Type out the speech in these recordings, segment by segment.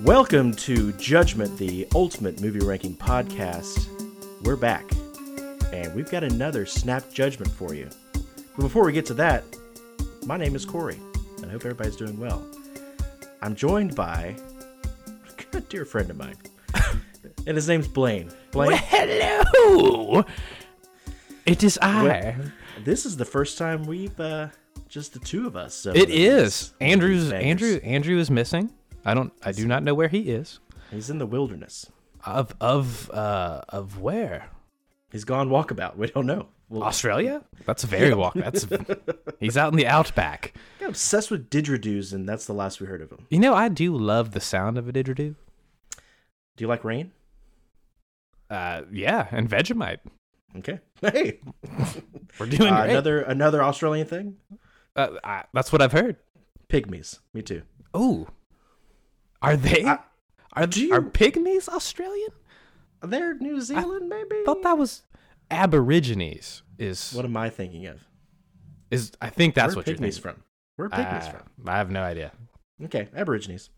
Welcome to Judgment, the ultimate movie ranking podcast. We're back, and we've got another snap judgment for you. But before we get to that, my name is Corey, and I hope everybody's doing well. I'm joined by a good dear friend of mine, and his name's Blaine. Blaine, Hello! It is I. this is the first time we've uh, just the two of us. so It that is. Andrew's bangers. Andrew Andrew is missing. I don't I do not know where he is. He's in the wilderness. Of of uh of where? He's gone walkabout. We don't know. Well, Australia? That's very walk. That's He's out in the outback. I got obsessed with didgeridoos, and that's the last we heard of him. You know, I do love the sound of a Do didgeridoo. you like rain? Uh yeah, and Vegemite. Okay. Hey, We're doing Uh, great. another another Australian thing. uh, I, that's what I've heard. Pygmies. Me too. Ooh. Are they I- are, do you- are pygmies Australian? They're New Zealand, maybe. thought that was Aborigines is What am I thinking of? is I think that's Where what are you're pygmies thinking. from? Where are pygmies Ah, from? I have no idea. Okay, Aborigines.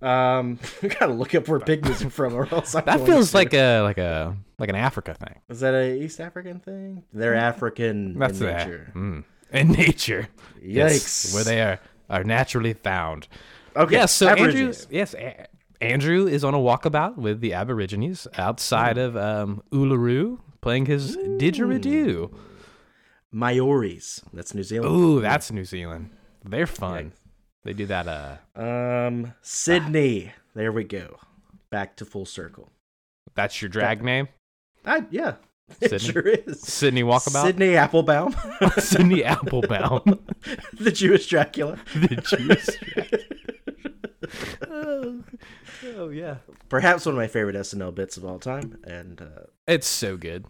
Um, we gotta look up where pygmies are from, or else I'm That going feels to- like a like a like an Africa thing. Is that a East African thing? They're African Mm-hmm. That's in the- nature. Mm. In nature. Yes, Yikes! where they are are naturally found. Okay. Yes, so Andrew Aborigines. yes, a- Andrew is on a walkabout with the Aborigines outside of um Uluru playing his didgeridoo. Maoris. That's New Zealand. Ooh, that's New Zealand. They're fun. They do that uh Um, Sydney. There we go. Back to full circle. that's your drag name? I yeah. It Sydney? sure is. Sydney Walkabout? Sydney Applebaum, Sydney Applebaum. the Jewish Dracula. the oh, yeah, Perhaps one of my favorite SNL bits of all time. And uh, it's so good.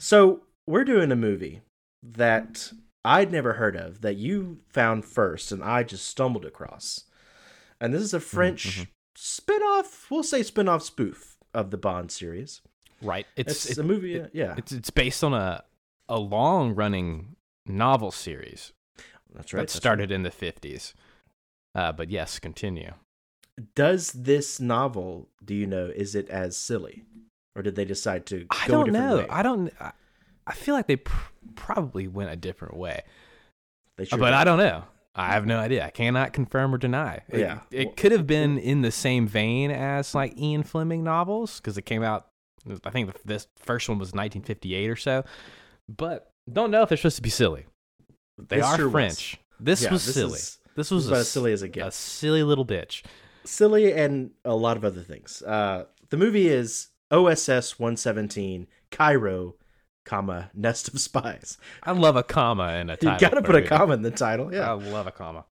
so we're doing a movie that I'd never heard of that you found first and I just stumbled across. And this is Mm-hmm, a French spin-off, we'll say spin-off spoof of the Bond series. Right? It's, It's it's a movie, uh, yeah. it's, it's based on a a long running novel series that's right. that that's started in the fifties. Uh, but yes, continue. right. Does this novel, do you know, is it as silly? Or did they decide to I go a don't different know. way? I don't. I, I feel like they pr- probably went a different way, They sure Uh, but did. I don't know. I have no idea. I cannot confirm or deny. It, Yeah. it could have been in the same vein as like Ian Fleming novels because it came out. I think the, this first one was 1958 or so, but don't know if they're supposed to be silly. They This are sure was. French. This Yeah, was this silly. is- this this was is about a as silly as it s- gets. A silly little bitch. silly and a lot of other things. Uh, the movie is OSS 117 Cairo, comma Nest of Spies. I love a comma in a You title. gotta for put a movie. comma in the title. I Yeah. love a comma.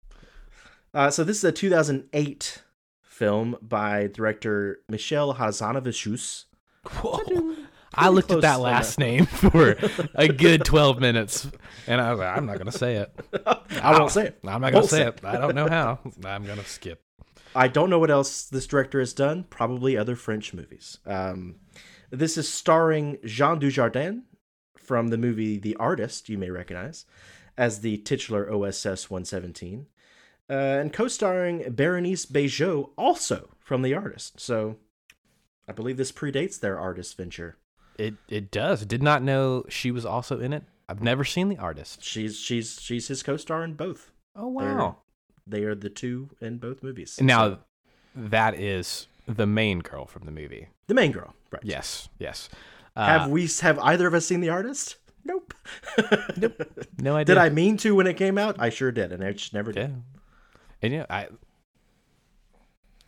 Uh, so this is a 2008 film by director Michel Hazanavicius. Whoa. I looked close at that on last that. name for a good 12 minutes, and I was like, I'm not going to say it. I won't say it. Ah, I'm not going Won't to say say it. I don't know how. I'm going to skip. I don't know what else this director has done. Probably other French movies. Um, this is starring Jean Dujardin from the movie The Artist, you may recognize, as the titular OSS 117, uh, and co-starring Berenice Bejo, also from The Artist. So, I believe this predates their artist venture. It it does. Did not know she was also in it. I've never seen the artist. She's she's she's his co-star in both. Oh They're- wow. they are the two in both movies. Now So, that is the main girl from the movie. the main girl, right? Yes. Yes. Uh, Have we have either of us seen The Artist? Nope. No idea. Did I mean to when it came out? I sure did, and I just never Yeah. did. And yeah, I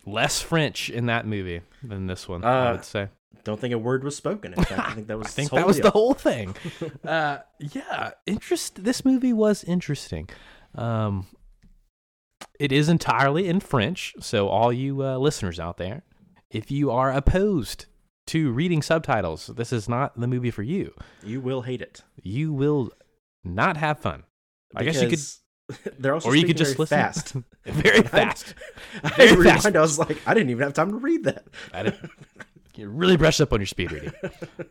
less French in that movie than this one, I Uh, would say. Don't think a word was spoken. In fact, I think that was I this think whole that was deal. the whole thing. uh, yeah, interest. This movie was interesting. Um, it is entirely in French, so all you uh, listeners out there, if you are opposed to reading subtitles, this is not the movie for you. You will hate it. You will not have fun. I guess you could, could. They're also or you could speaking just very fast. listen very I- fast. I Very rewind. fast. I was like, I didn't even have time to read that. I didn't, you really brushed up on your speed reading.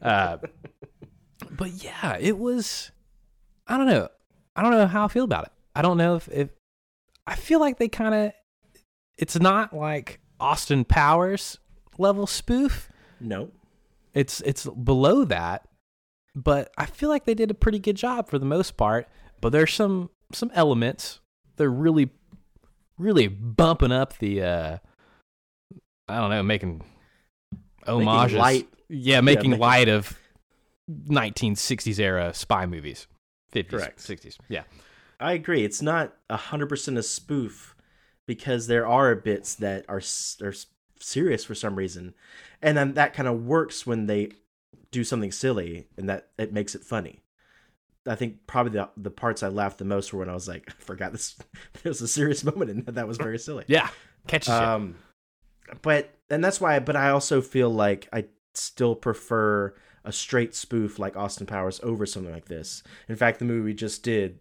Uh, but yeah, it was. I don't know. I don't know how I feel about it. I don't know if, if I feel like they kind of it's not like Austin Powers level spoof. No. It's it's below that, but I feel like they did a pretty good job for the most part. But there's some some elements they're really really bumping up the uh I don't know, making homages. light- yeah, making making- light of 1960s era spy movies. 50s, Correct. 60s. Yeah. I agree. It's not hundred percent a spoof because there are bits that are s- are s- serious for some reason, and then that kind of works when they do something silly, and that it makes it funny. I think probably the the parts I laughed the most were when I was like, I forgot this. there was a serious moment, and that was very silly. Yeah. Catches you. Um, but and that's why. But I also feel like I still prefer a straight spoof like Austin Powers over something like this. In fact, the movie we just did,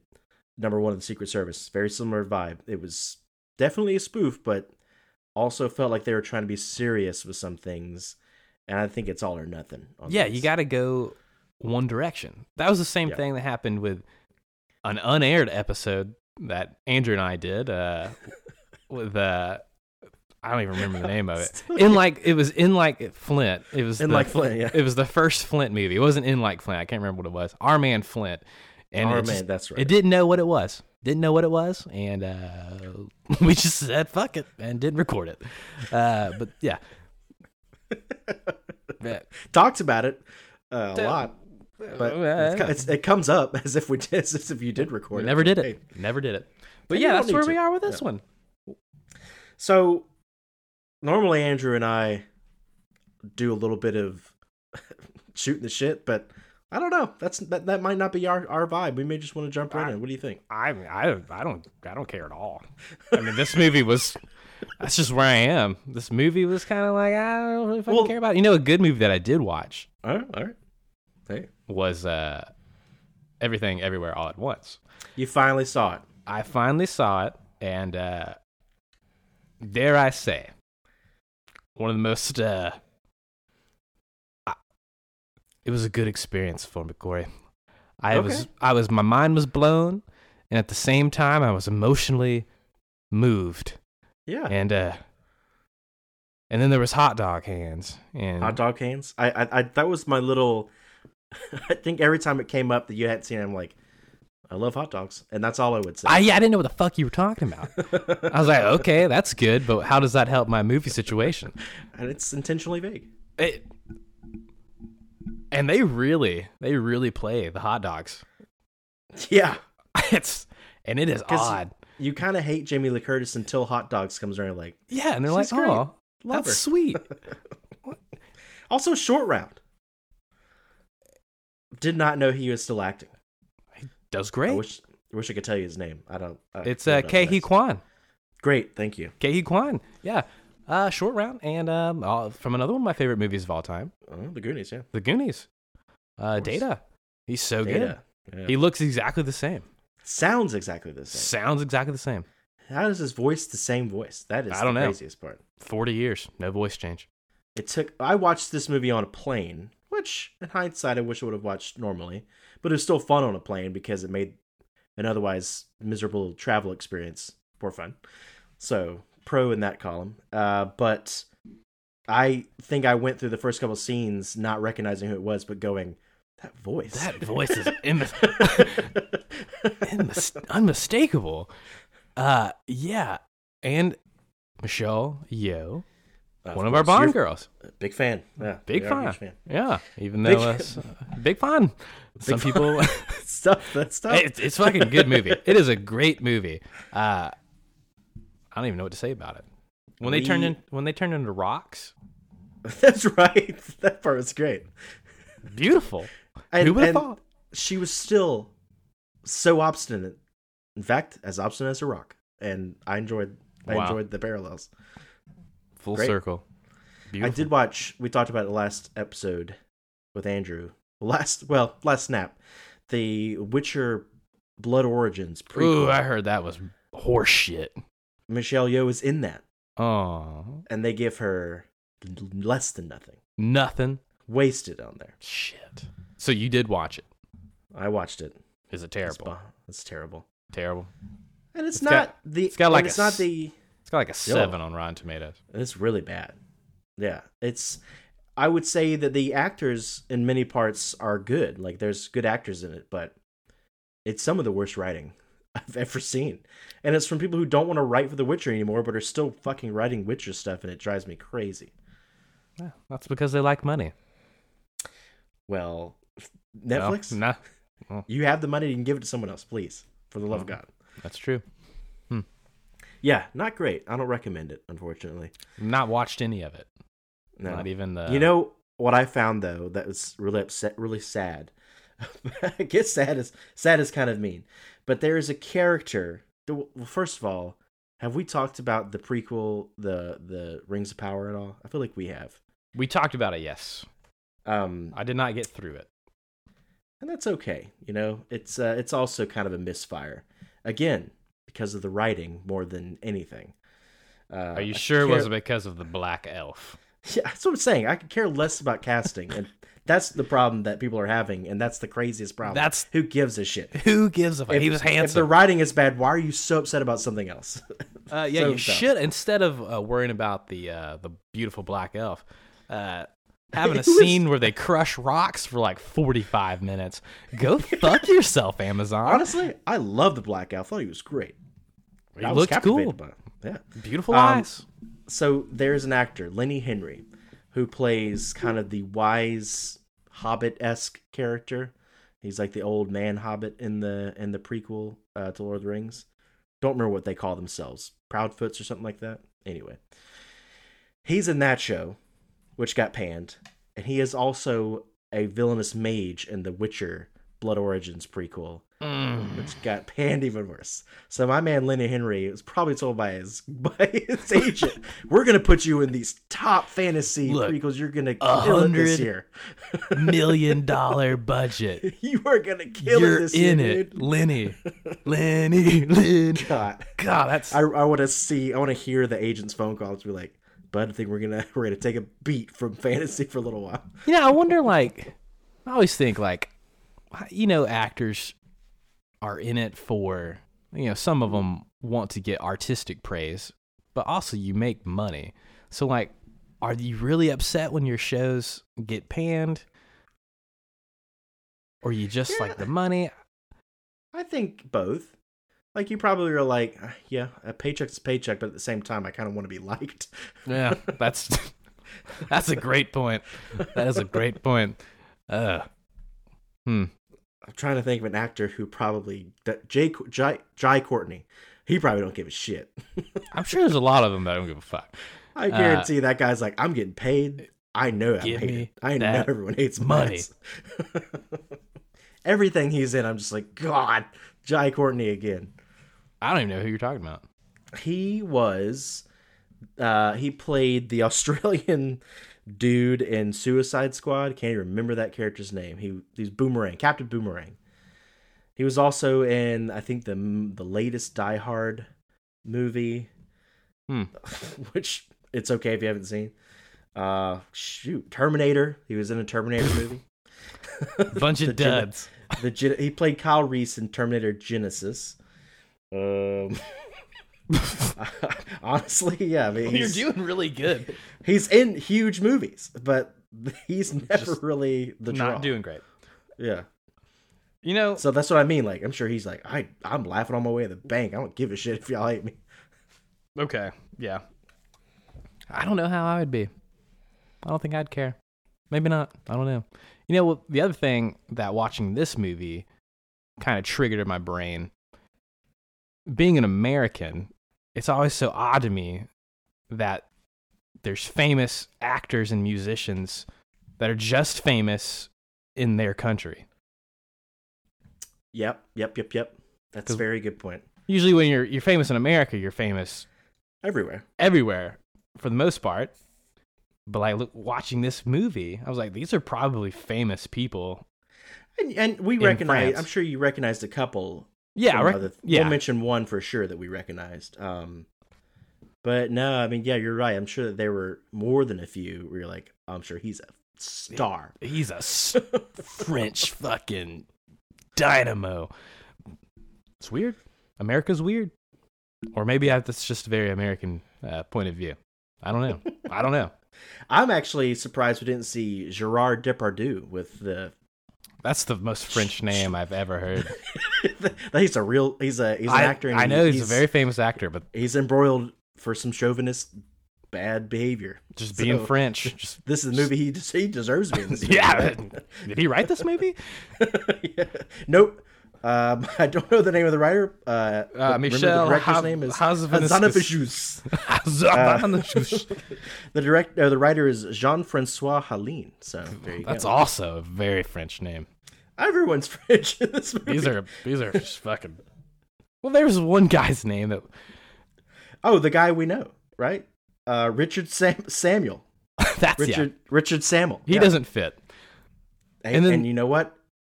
number one of the Secret Service, very similar vibe. It was definitely a spoof, but also felt like they were trying to be serious with some things. And I think it's all or nothing. on Yeah, this. you got to go one direction. That was the same Yeah. thing that happened with an unaired episode that Andrew and I did uh, with uh, I don't even remember the name of it. Still In like it was in like Flint. It was In the- Like Flint, yeah. It was the first Flint movie. It wasn't in like Flint. I can't remember what it was. Our man Flint. And Our it Oh, Man, just- that's right. It didn't know what it was. Didn't know what it was, and uh, we just said fuck it and didn't record it. Uh, but yeah. But- talked about it uh, a Uh, lot, but uh, it's, it's, it comes up as if we did, as if you did record We it. never did Hey, it. Never did it. But And yeah, you don't that's where need we to. are with this one. So normally Andrew and I do a little bit of shooting the shit, but I don't know. That's that, that might not be our, our vibe. We may just want to jump right in. What do you think? I I I don't I don't care at all. I mean, this movie was. That's just where I am. This movie was kind of like I don't really fucking Well- care about. it. You know, a good movie that I did watch All right, all right. Hey, was uh, Everything Everywhere All at Once. you finally saw it. I finally saw it, and uh, dare I say, one of the most. Uh, I- it was a good experience for me, Corey. I was, Okay. I was, my mind was blown, and at the same time, I was emotionally moved, Yeah. and uh, and then there was hot dog hands, and Hot dog cans. I, I I that was my little. I think every time it came up that you hadn't seen, it, I'm like, I love hot dogs, and that's all I would say. I, yeah, I didn't know what the fuck you were talking about. I was like, okay, that's good, but how does that help my movie situation? and it's intentionally vague. It, and they really, they really play the hot dogs. Yeah. it's and it is 'Cause odd. You kind of hate Jamie Lee Curtis until hot dogs comes around. you're Like Yeah, and they're like, she's great. oh, Love that's her." sweet. Also, Short Round. Did not know he was still acting. Does I great. wish wish I could tell you his name. I don't. I it's don't uh, know K. if that's- Kwan. Great, thank you. K. Kwan. Yeah. Uh, short round and um, uh, from another one of my favorite movies of all time, Oh, the Goonies, yeah. The Goonies. Uh, Of course. Data. He's so Data. good. Yeah. He looks exactly the same. sounds exactly the same. Sounds exactly the same. How is his voice the same voice? That is I don't the know. craziest part. Forty years, no voice change. It took. I watched this movie on a plane, which in hindsight I wish I would have watched normally, but it was still fun on a plane because it made an otherwise miserable travel experience more fun. So pro in that column. Uh, but I think I went through the first couple scenes not recognizing who it was, but going that voice. That voice is imis- unmis- unmistakable. Uh, yeah, and Michelle Yeoh, one of our course, Bond you're- girls. Big fan. Yeah, Big you're a fan. huge fan. Yeah, even Big though uh, fan. s- big fan. Some people, Stuff. That stuff. it's, it's fucking good movie. It is a great movie. Uh, I don't even know what to say about it. When they turned We- in, when they turned into rocks, That's right. That part was great. beautiful. And- Who would have and- thought? she was still so obstinate. In fact, as obstinate as a rock. And I enjoyed I Wow. enjoyed the parallels. Full great. circle. Beautiful. I did watch we talked about it last episode with Andrew. Last well, last snap. The Witcher Blood Origins prequel. Ooh, I heard that was horseshit. Michelle Yeoh is in that Oh, and they give her l- less than nothing. nothing. Wasted on there. Shit. So you did watch it? I watched it. Is it It's terrible? bu- It's terrible. Terrible. And it's, It's not got- the it's got like and a it's not s- the It's got like a seven on Rotten Tomatoes. It's really bad. Yeah, it's. I would say that the actors in many parts are good. Like there's good actors in it, but it's some of the worst writing I've ever seen, and it's from people who don't want to write for The Witcher anymore, but are still fucking writing Witcher stuff, and it drives me crazy. Yeah, that's because they like money. Well, Netflix, No, nah, you have the money, you can give it to someone else, please, for the love of God. that's true. Yeah, not great. I don't recommend it, unfortunately. Not watched any of it. No. Not even the. You know what I found though that was really upset, really sad. I guess sad is sad is kind of mean, but there is a character. the- Well, first of all, have we talked about the prequel, the the Rings of Power at all? I feel like we have, we talked about it. Yes, um, I did not get through it. and that's okay. You know, it's uh, it's also kind of a misfire, again because of the writing more than anything. Uh, Are you I sure it care- was because of the black elf? Yeah, that's what I'm saying. I could care less about casting, and that's the problem that people are having, and that's the craziest problem. That's- who gives a shit. Who gives a fuck? He was If the handsome. writing is bad, why are you so upset about something else? uh, yeah, so you dumb. should instead of uh, worrying about the uh, the beautiful black elf, uh, having a It was- scene where they crush rocks for like forty five minutes. Go fuck yourself, Amazon. Honestly, I love the Black Elf. I thought he was great. he I was looked cool. captivated by him. Yeah. Beautiful Um, eyes. So there's an actor, Lenny Henry, who plays kind of the wise hobbit esque character. He's like the old man hobbit in the in the prequel uh, to Lord of the Rings. Don't remember what they call themselves, Proudfoots or something like that. Anyway, he's in that show, which got panned, and he is also a villainous mage in The Witcher Blood Origins prequel, Mm. which got panned even worse. So my man Lenny Henry was probably told by his by his agent, "We're gonna put you in these top fantasy Look, prequels. You're gonna a kill it this hundred- year. Million dollar budget. You are gonna kill You're it this in year, it, dude. Lenny. Lenny, Lenny. God, God, that's I, I want to see. I want to hear the agent's phone call to be like, "Bud, I think we're gonna we're gonna take a beat from fantasy for a little while." you know. I wonder, like, I always think, like, you know, actors are in it for you know. Some of them want to get artistic praise, but also you make money. So, like, are you really upset when your shows get panned, or you just Yeah. like the money? I think both. Like you probably are like, "Ah, yeah, a paycheck's a paycheck, but at the same time, I kind of want to be liked. Yeah, that's that's a great point. That is a great point. Uh, hmm. I'm trying to think of an actor who probably that Jay Jai, Jai Courtney. He probably don't give a shit. I'm sure there's a lot of them that don't give a fuck. I Uh, guarantee that guy's like, I'm getting paid. I know I'm Give hated. me I know that everyone hates money." money. Everything he's in, I'm just like, God, Jai Courtney again. I don't even know who you're talking about. He was, uh, he played the Australian dude in Suicide Squad. Can't even remember that character's name. He he's Boomerang, Captain Boomerang. He was also in, I think the the latest Die Hard movie, Hmm. which it's okay if you haven't seen. Uh, shoot, Terminator. He was in a Terminator movie. Bunch of The Gen- duds. The Gen- he played Kyle Reese in Terminator Genesis. Um, honestly, yeah, I mean, he's, doing really good. he's in huge movies, but he's never really the draw. Not doing great. Yeah, You know, so that's what I mean. Like, I'm sure he's like, I I'm laughing on my way to the bank. I don't give a shit if y'all hate me. okay, yeah. I don't know how I would be. I don't think I'd care. Maybe not. I don't know. You know, well, the other thing that watching this movie kind of triggered in my brain, being an American, it's always so odd to me that there's famous actors and musicians that are just famous in their country. Yep, yep, yep, yep. That's a 'Cause- very good point. Usually, when you're you're famous in America, you're famous Everywhere. everywhere for the most part. But like look, watching this movie, I was like, these are probably famous people. And, and we In recognize. France. I'm sure you recognized a couple. Yeah, from uh, rec- other- yeah. We'll mention one for sure that we recognized. Um, but no, I mean, yeah, you're right. I'm sure that there were more than a few. Where you're like, I'm sure he's a star. He's a s- French fucking dynamo. It's weird. America's weird. Or maybe I, that's just a very American uh, point of view. I don't know. I don't know. I'm actually surprised we didn't see Gerard Depardieu with the. That's the most French name I've ever heard. he's a real. He's a. He's an I, actor. and I know he's, he's a very famous actor, but He's embroiled for some chauvinist bad behavior. just being So, French, just This is the movie he des- he deserves to be in. This movie, yeah. right? Did he write this movie? Yeah. Nope. Um, I don't know the name of the writer. Uh, Uh, remember Michel the director's Hav- name is Hazvanavicius. Hazanavicius. Uh, The direct, uh, the writer is Jean Francois Haline. So there you That's go. also a very French name. Everyone's French in this movie. These are these are just fucking. Well, there was one guy's name that Oh, the guy we know, right? Uh, Richard Sam- Samuel. that's Richard yeah. Richard Samuel. He Yeah. doesn't fit. And, and then- and you know what?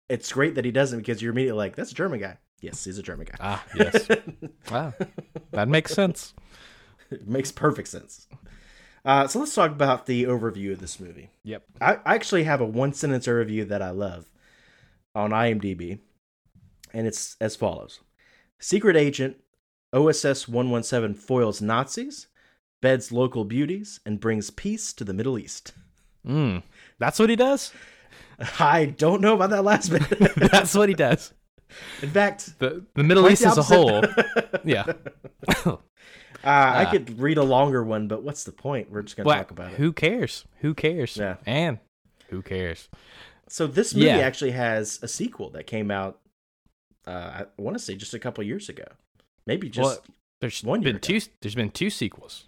It's great that he doesn't because you're immediately like, that's a German guy. Yes, he's a German guy. Ah, yes. wow, that makes sense. It makes perfect sense. Uh, so let's talk about the overview of this movie. Yep. I I actually have a one sentence review that I love on IMDb, and it's as follows Secret agent OSS 117 foils Nazis, beds local beauties, and brings peace to the Middle East. Mm. That's what he does. I don't know about that last bit. That's what he does. In fact, The the Middle Quite East the as a opposite. whole. Yeah. uh, I could read a longer one, but what's the point? We're just going to Ah. Well, talk about it. who cares? Who cares? Yeah. And who cares? So this movie Yeah. actually has a sequel that came out, uh, I want to say just a couple years ago. Maybe just, Well, There's one year been two. There's been two sequels.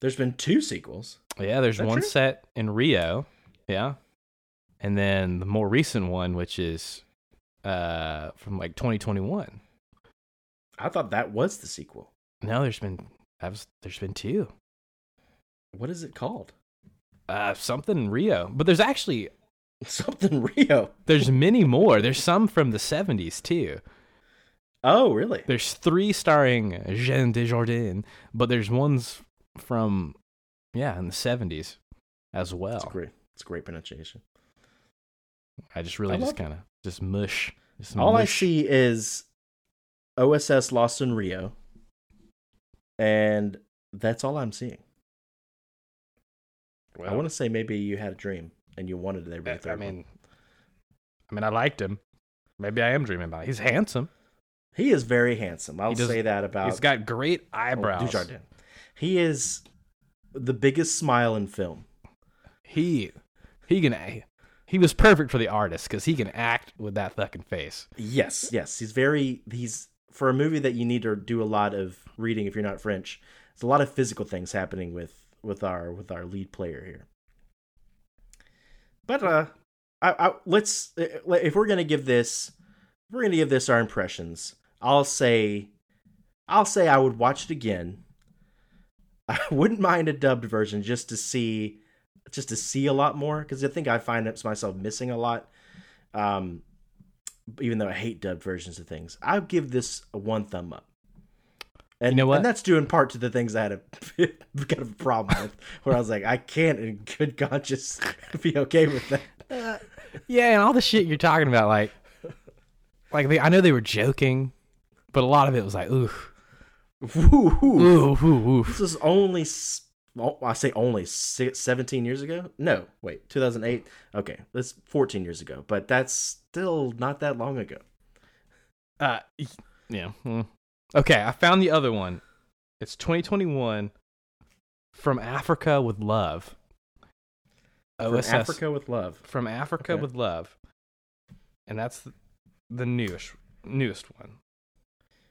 there's been two sequels. Yeah, there's that one true? set in Rio. Yeah. And then the more recent one, which is uh from like 2021. I thought that was the sequel. Now there's been that was, there's been two. What is it called? Uh something in Rio. But there's actually Something Rio. there's many more. There's some from the 70s too. Oh, really? There's three starring Jean Desjardins, but there's ones from yeah, in the 70s as It's well. great. It's a great pronunciation. I just really I just love it. kind of just mush. Just All I mush. see is OSS Lost in Rio, and that's all I'm seeing. I Well, want to say maybe you had a dream and you wanted there to be a I- I third one. mean, I mean, I liked him. Maybe I am dreaming about. It. He's handsome. He is very handsome. I'll does- say that about. He's got great Uh, oh, eyebrows. Dujardin. He is the biggest smile in film. he he can he was perfect for the artist because he can act with that fucking face. Yes, yes. He's very he's for a movie that you need to do a lot of reading if you're not French. There's a lot of physical things happening with with our with our lead player here. But uh I, I let's uh, if we're going to give this if we're going to give this our impressions. I'll say I'll say I would watch it again. I wouldn't mind a dubbed version just to see just to see a lot more cuz I think I find myself missing a lot. Um even though I hate dubbed versions of things, I'll give this a one thumb up. And, You know what? and that's due in part to the things I had a kind of a problem with, where I was like, I can't in good conscience be okay with that. Yeah, and all the shit you're talking about, like, like they, I know they were joking, but a lot of it was like, ooh, Woo, woo. ooh, ooh, ooh. This was only, s- oh, I say only si 17 years ago? No, wait, 2008? Okay, that's 14 years ago, but that's still not that long ago. Uh, y- yeah. mm. Okay, I found the other one. It's 2021 from Africa with Love. From OSS Africa with Love. from Africa Okay. with Love, and that's the, the newest newest one.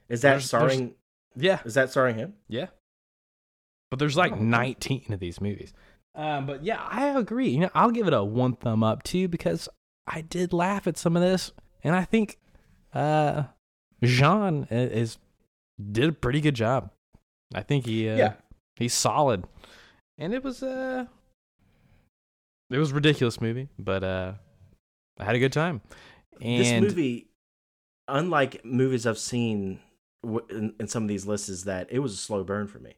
Is that There's- there's- starring, Yeah, is that starring him? yeah. But there's like Oh, okay. 19 of these movies. Um, but yeah, I agree. You know, I'll give it a one thumb up too because I did laugh at some of this, and I think uh, Jean i- is did a pretty good job. I think he uh, Yeah. he's solid, and it was uh it was a ridiculous movie, but uh I had a good time. And this movie, unlike movies I've seen w- in, in some of these lists, is that it was a slow burn for me.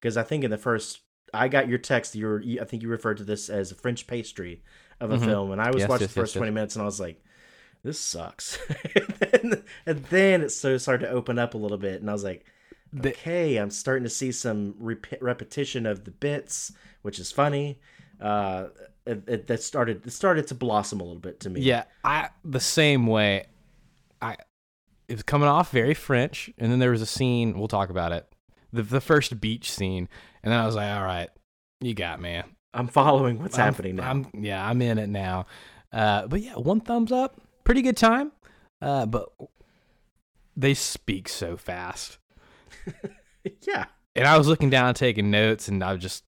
Because I think in the first, I got your text. You were, you- I think you referred to this as a French pastry of a Mhm. film, and I was Yes, watching yes, the first yes, yes. twenty minutes, and I was like, "This sucks." and, then, and then it so started to open up a little bit, and I was like, The- okay, I'm starting to see some rep- repetition of the bits, which is funny. Uh, it, it, that started it started to blossom a little bit to me. Yeah, I the same way. I it was coming off very French, and then there was a scene. We'll talk about it. The the first beach scene, and then I was like, all right, you got man. I'm following what's I'm- happening now. I'm yeah, I'm in it now. Uh, but yeah, one thumbs up. Pretty good time. Uh, but they speak so fast, yeah, and I was looking down, taking notes, and I just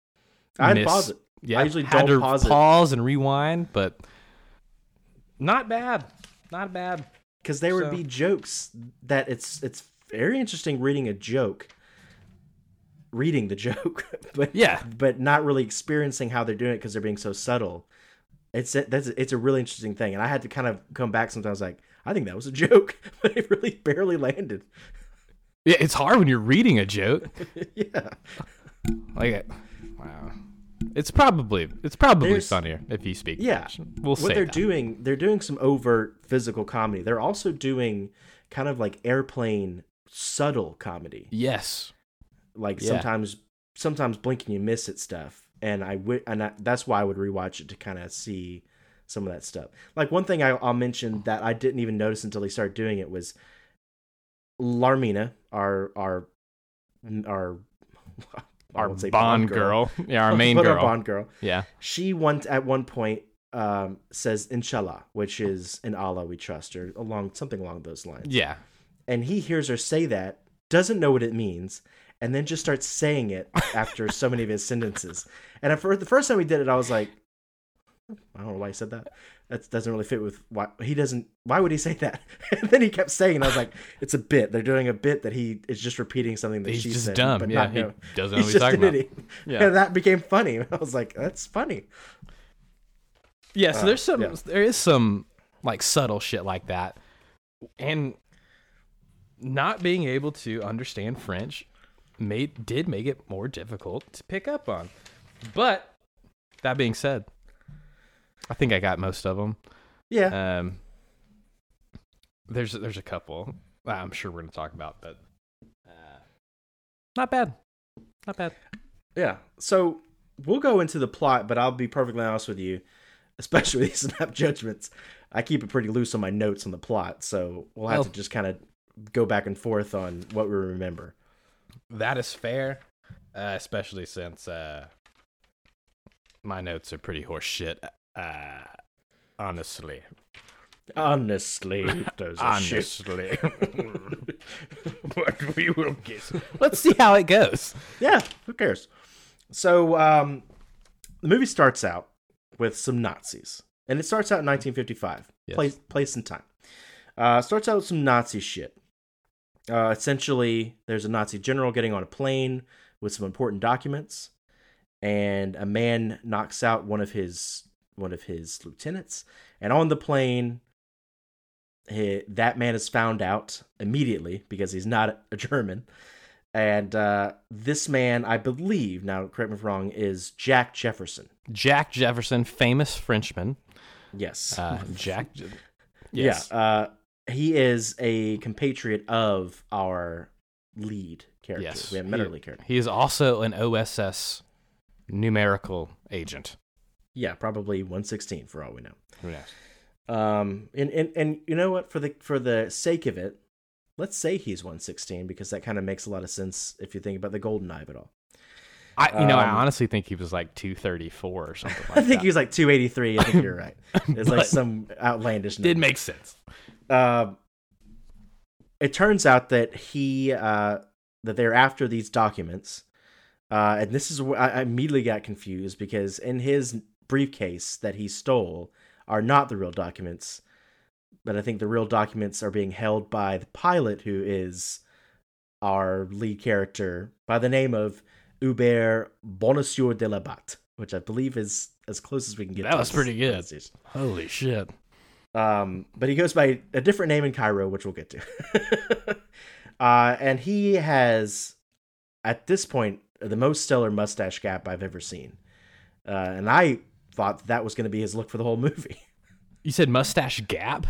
I miss- pause it. Yeah, I usually had don't to pause it. and rewind, but not bad. Not bad. because there would So- be jokes that it's it's very interesting reading a joke reading the joke but Yeah. but not really experiencing how they're doing it because they're being so subtle it's a, that's it's a really interesting thing and i had to kind of come back sometimes like i think that was a joke but it really barely landed Yeah, it's hard when you're reading a joke. yeah Like, wow. It's probably it's probably There's- funnier if you speak. Yeah. French. we'll what say they're that. doing they're doing some overt physical comedy they're also doing kind of like airplane subtle comedy Yes, like Yeah. sometimes sometimes blink and you miss it stuff and i would and I, that's why i would rewatch it to kind of see some of that stuff like one thing I, i'll mention that i didn't even notice until he started doing it was larmina our our our I our won't say Bond, girl. yeah, our main but girl. our bond girl Yeah, she once at one point um says inshallah which is in allah we trust or along something along those lines yeah. and he hears her say that, doesn't know what it means, and then just starts saying it after so many of his sentences. And at first, the first time he did it, I was like, I don't know why he said that. That doesn't really fit with why he doesn't. Why would he say that? And then he kept saying, and I was like, it's a bit. They're doing a bit that he is just repeating something that He's she just said, dumb. but yeah, not he know. doesn't know what He's he's just talking an about. idiot. Yeah. And that became funny. I was like, that's funny. Yeah, so Uh, there's some yeah. there is some like subtle shit like that. And not being able to understand French made did make it more difficult to pick up on. But that being said, I think I got most of them. Yeah, Um there's there's a couple that I'm sure we're going to talk about, but uh, not bad. Not bad. yeah. So we'll go into the plot, but I'll be perfectly honest with you. especially with these snap judgments, I keep it pretty loose on my notes on the plot, so we'll have Well- to just kind of go back and forth on what we remember. That is fair, uh, especially since uh, my notes are pretty horse shit. Uh, honestly, Honestly, those are shit. honestly, but we will get. Let's see how it goes. Yeah, who cares? So um, the movie starts out with some Nazis, and it starts out in 1955, Yes. place, place and time. Uh, starts out with some Nazi shit. Uh, essentially, there's a Nazi general getting on a plane with some important documents, and a man knocks out one of his one of his lieutenants. And on the plane, he, that man is found out immediately because he's not a German. And uh, this man, I believe, now correct me if I'm wrong, is Jack Jefferson. Jack Jefferson, famous Frenchman. Yes. Uh, Jack. Je- Yes. Yeah, uh, he is a compatriot of our lead character. Yes. we haven't met our He- lead character. He is also an OSS numerical agent. Yeah, probably 116 for all we know. Who knows? Um, and, and and you know what? For the for the sake of it, let's say he's 116 because that kind of makes a lot of sense if you think about the golden eye of it all. I, you know, I Um, honestly think he was like 234 or something like I think that. he was like 283. I think you're right. It's like But- some outlandish number. did make sense. Um, it turns out that he uh, that they're after these documents, uh, and this is where I I immediately got confused because in his briefcase that he stole are not the real documents, but I think the real documents are being held by the pilot who is our lead character by the name of Hubert Bonacieux de la Batte, which I believe is as close as we can get. That to was his pretty good. pronunciation. Holy shit. Um, but he goes by a different name in Cairo, which we'll get to. uh, and he has, at this point, the most stellar mustache gap I've ever seen. Uh, and I thought that, was going to be his look for the whole movie. You said mustache gap?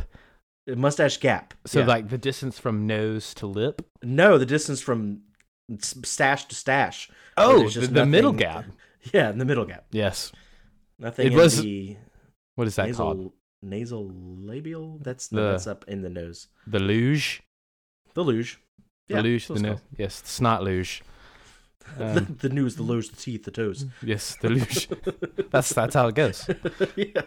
The mustache gap. So Yeah. like the distance from nose to lip. no, the distance from s- stash to stash. where Oh, there's the, just the middle nothing- gap. Yeah, in the middle gap. Yes. Nothing It in was- the What is that called? nasal nasal labial. That's no, The- that's up in the nose. The luge. The luge. The Yeah, luge. that's The what it's no- yes, the snot luge. called. Um, the, the nose, the lows, the teeth, the toes. yes, the luge. That's that's how it goes. yeah.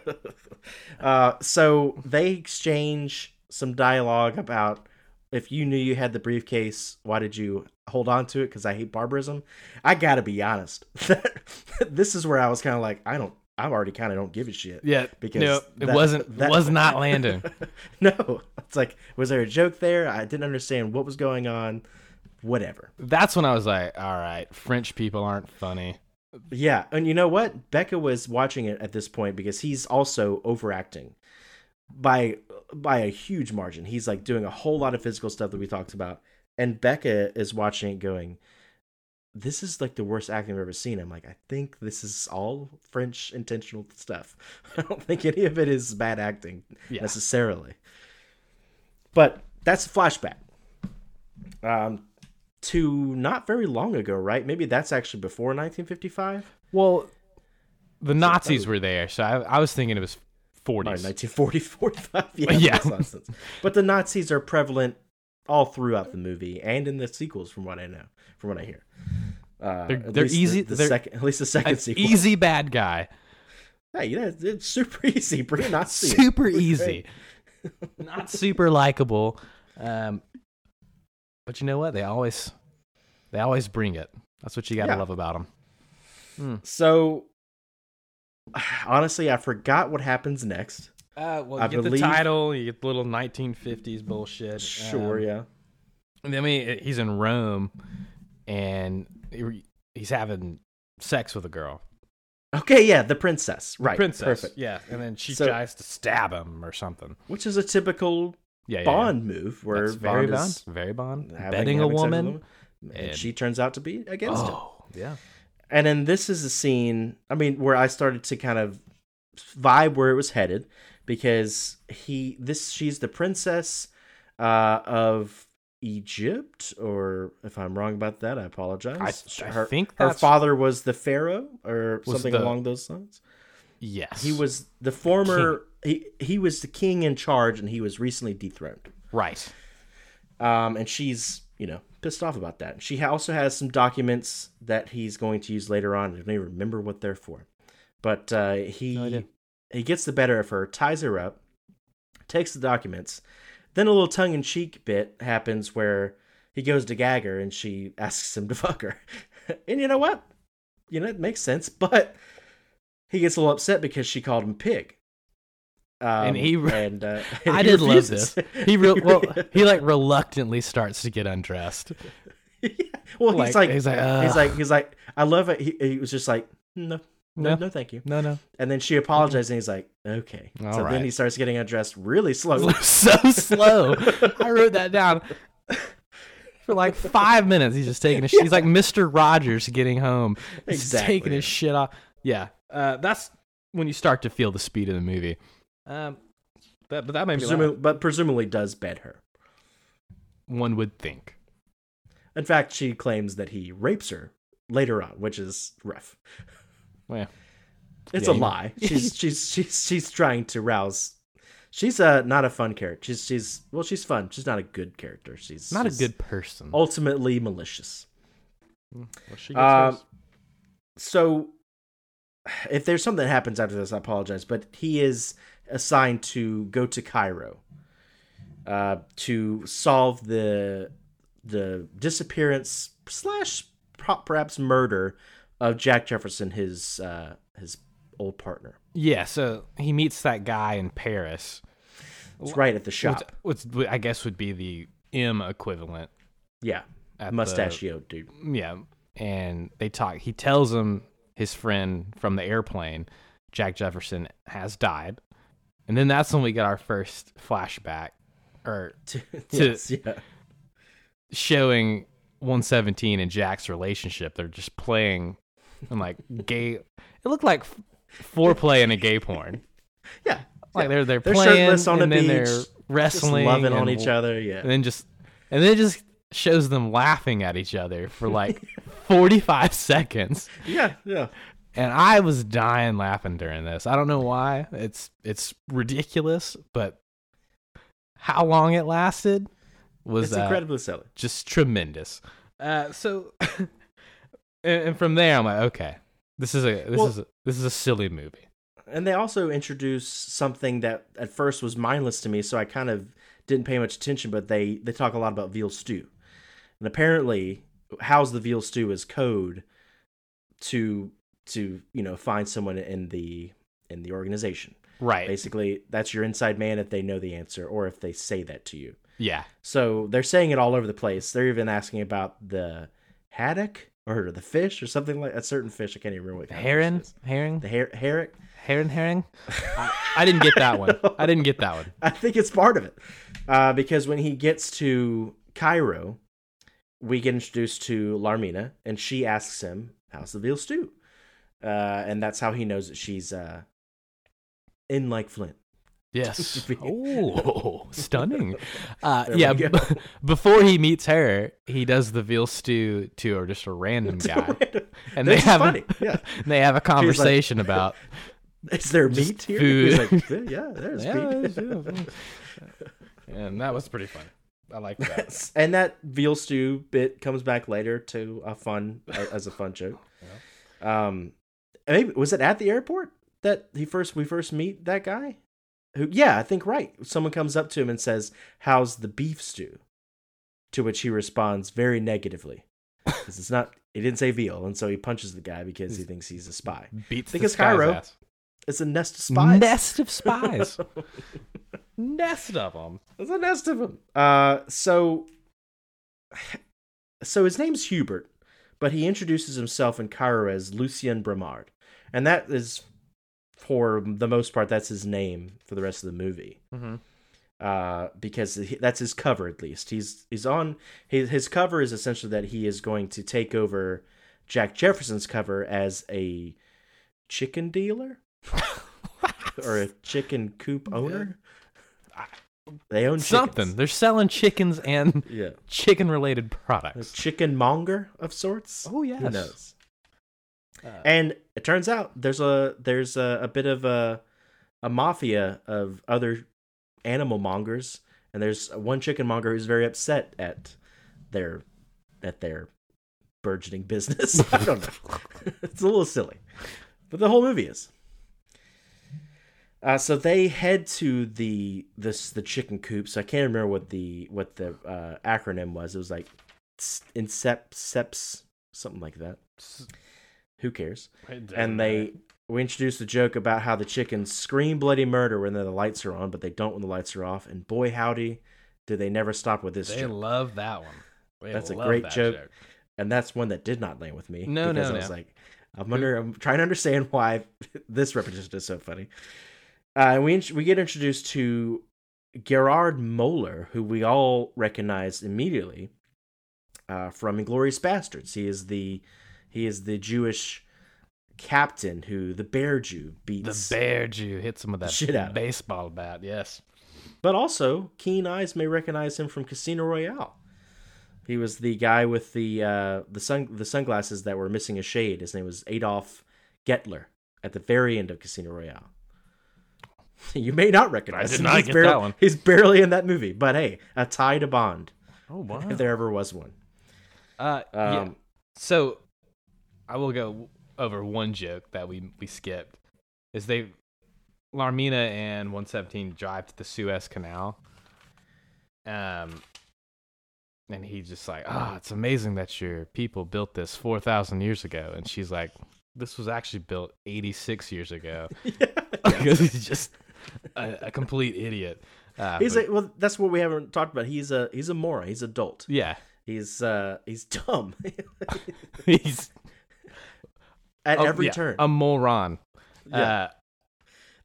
Uh, so they exchange some dialogue about if you knew you had the briefcase, why did you hold on to it? Because I hate barbarism. I gotta be honest. this is where I was kind of like, I don't. I already kind of don't give a shit. Yeah, Because no, that- it wasn't. that- it was not landing. no, it's like, was there a joke there? I didn't understand what was going on. Whatever. That's when I was like, all right, French people aren't funny. Yeah, and you know what? Becca was watching it at this point because he's also overacting by by a huge margin. He's like doing a whole lot of physical stuff that we talked about, and Becca is watching it going, "This is like the worst acting I've ever seen." I'm like, I think this is all French intentional stuff. I don't think any of it is bad acting Yeah. necessarily. But that's a flashback. Um to not very long ago, right? Maybe that's actually before 1955. Well, uh, the Nazis were there, so I, I was thinking it was 40s. Right, 1940, 45. Yeah, Yeah. makes a lot of sense. But the Nazis are prevalent all throughout the movie and in the sequels, from what I know, from what I hear. Uh, They're- at they're least the- easy- The, they're- second, at least the An second sequel. easy bad guy. Hey, yeah, it's super easy. Bring a Nazi. in. Super easy. Not super likable. Um, but you know what? They always they always bring it. That's what you got to Yeah. love about them. So, honestly, I forgot what happens next. Uh, well, I you get believe- the title, you get the little 1950s bullshit. Sure, um, yeah. I mean, uh, he's in Rome, and he- he's having sex with a girl. Okay, yeah, the princess. Right. princess. Perfect. Yeah, and then she So- tries to stab him or something. Which is a typical Yeah, yeah, Bond move Yeah. where That's very Bond Bond. is Very Bond. having- Betting a having sex with woman. and and- she turns out to be against him. Oh, yeah. And then this is a scene, I mean, where I started to kind of vibe where it was headed because he this she's the princess uh of Egypt or if I'm wrong about that, I apologize. I- I her, think her that's- father was the pharaoh or Was something the- along those lines. Yes. He was the former he, he was the king in charge and he was recently dethroned. right. Um, and she's, you know, pissed off about that. She ha- also has some documents that he's going to use later on. I don't even remember what they're for. But uh, he No idea. he gets the better of her, ties her up, takes the documents. Then a little tongue in cheek bit happens where he goes to gag her and she asks him to fuck her. and you know what? You know, it makes sense, but he gets a little upset because she called him pig. Um, And he- and, uh, and I he did love refuses. this. He real well, re- he like reluctantly starts to get undressed. well, he's Like, like, he's like, he's "Ugh." like, he's like, I love it. He, he was just like, no, no, No. no, thank you. No, no. And then she apologized, and he's like, okay. All so then right. he starts getting undressed really slow. so slow. I wrote that down. For like five minutes, he's just taking a. Sh- He's like Mister Rogers getting home. He's just taking Exactly. his shit off. Yeah, uh, that's when you start to feel the speed of the movie. Um, that, but that made me laugh. Presumu- but presumably does bed her. One would think. In fact, she claims that he rapes her later on, which is rough. Well, It's Yeah, a you- lie. She's she's she's she's trying to rouse. She's uh not a fun character. She's she's well, she's fun. She's not a good character. She's not a she's good person. oh, ultimately malicious. Well, she gets Um, hers. so if there's something that happens after this, I apologize, but he is assigned to go to Cairo uh, to solve the the disappearance slash pro- perhaps murder of Jack Jefferson, his uh, his old partner. yeah, so he meets that guy in Paris. It's right at the Which, shop. which I guess would be the M equivalent. Yeah, At the- mustachioed dude. Yeah. And they talk. He tells him his friend from the airplane, Jack Jefferson, has died. And then that's when we get our first flashback or yes, yeah. showing 117 and Jack's relationship. They're just playing and like gay. It looked like f- foreplay in a gay porn. yeah, Like they're they're, They're playing shirtless on and the then beach, they're just wrestling just loving and on each other. and Yeah, then just and then just shows them laughing at each other for like 45 seconds Yeah, yeah. and I was dying laughing during this. I don't know why. It's it's ridiculous, but how long it lasted was it's uh, incredibly silly. just tremendous. Uh, so, and, and from there, I'm like, okay, this is a this Well- is a, this is a silly movie. And they also introduce something that at first was mindless to me, so I kind of didn't pay much attention. But they they talk a lot about veal stew, and apparently, how's the veal stew is code to to you know find someone in the in the organization. Right? Basically, that's your inside man if they know the answer or if they say that to you. Yeah. So they're saying it all over the place. They're even asking about the haddock or the fish or something like a certain fish. I can't even remember what kind of fish Heron, it is. herring, The her- herring. heron, herring. I, I didn't get that one. I didn't get that one. I think it's part of it. Uh, because when he gets to Cairo, we get introduced to Larmina, and she asks him, How's the veal stew? Uh, and that's how he knows that she's uh, in like Flint. Yes. Be- Oh, stunning. Uh, There we yeah. go. b- before he meets her, he does the veal stew to or just a random guy, This and they is have funny. Yeah. and they have a conversation about Is there Just meat here? food. He's like, "Yeah, yeah, there's Yeah, meat. it's- yeah. and that was pretty fun. I like that. and that veal stew bit comes back later to a fun as a fun joke. Um, maybe was it at the airport that he first we first meet that guy? Who? Yeah, I think right. Someone comes up to him and says, "How's the beef stew?" To which he responds very negatively because it's not. He didn't say veal, and so he punches the guy because he thinks he's a spy. Beats Think the it's sky's Cairo. ass. It's a nest of spies. Nest of spies. Nest of them. There's a nest of them. Uh, so, so his name's Hubert, but he introduces himself in Cairo as Lucien Bramard, and that is, for the most part, that's his name for the rest of the movie. Uh, because he- that's his cover, at least. He's he's on his his cover is essentially that he is going to take over Jack Jefferson's cover as a chicken dealer or a chicken coop owner. They own chickens. Something. They're selling chickens and Yeah. chicken related A products. chicken monger of sorts. Oh, yes. Who knows? Uh, And it turns out there's a there's a, a bit of a a mafia of other animal mongers, and there's one chicken monger who's very upset at their at their burgeoning business. I don't know. it's a little silly, but the whole movie is. Uh, so they head to the this the chicken coop. So I can't remember what the what the uh, acronym was. It was like s- Incep Seps something like that. Who cares? and they we introduced the joke about how the chickens scream bloody murder when the lights are on, but they don't when the lights are off. And boy howdy, do they never stop with this They joke. love that one. They That's a love great that joke. and that's one that did not land with me. No, no, because I was no. like, I'm under. I'm trying to understand why this repetition is so funny. Uh, and we int- we get introduced to Gerard Moeller, who we all recognize immediately uh, from *Inglorious Bastards*. He is the he is the Jewish captain who the Bear Jew The beats, bear Jew hits him with that Shit out of it. baseball bat. Yes. but also keen eyes may recognize him from *Casino Royale*. He was the guy with the uh, the sun the sunglasses that were missing a shade. His name was Adolf Getler at the very end of Casino Royale. You may not recognize I did him. not he's get barely, that one. He's barely in that movie, but hey, a tie to Bond Oh wow. if there ever was one. Uh, yeah. Um, So, I will go over one joke that we we skipped. Is they Larmina and 117 drive to the Suez Canal. Um, and he's just like, "Ah, it's amazing that your people built this 4,000 years ago." And she's like, "This was actually built 86 years ago." Because he's just a, a complete idiot. Uh, He's but- like, well, that's what we haven't talked about. He's a he's a moron. He's adult. "Yeah, He's uh he's dumb he's at oh, every yeah, turn. a moron." Yeah. Uh,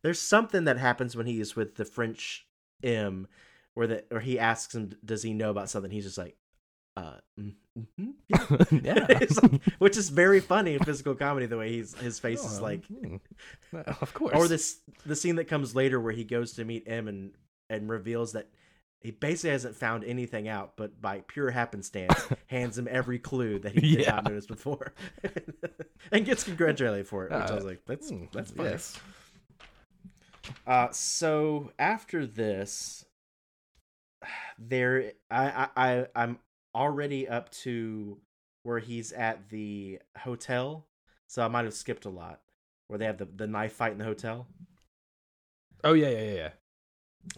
There's something that happens when he is with the French M, where the or he asks him, does he know about something? He's just like, uh, mm, mhm, yeah. yeah. It's like- which is very funny in physical comedy. The way he's his face is Oh, like, hmm. of course. or this the scene that comes later where he goes to meet M and and reveals that He basically hasn't found anything out, but by pure happenstance, hands him every clue that he did Yeah. not notice before, and gets congratulated for it. Which I was like, that's Hmm, that's yeah. fun. Uh, so after this, there I, I I I'm already up to where he's at the hotel, so I might have skipped a lot. Where they have the, the knife fight in the hotel, Oh yeah, yeah, yeah, yeah.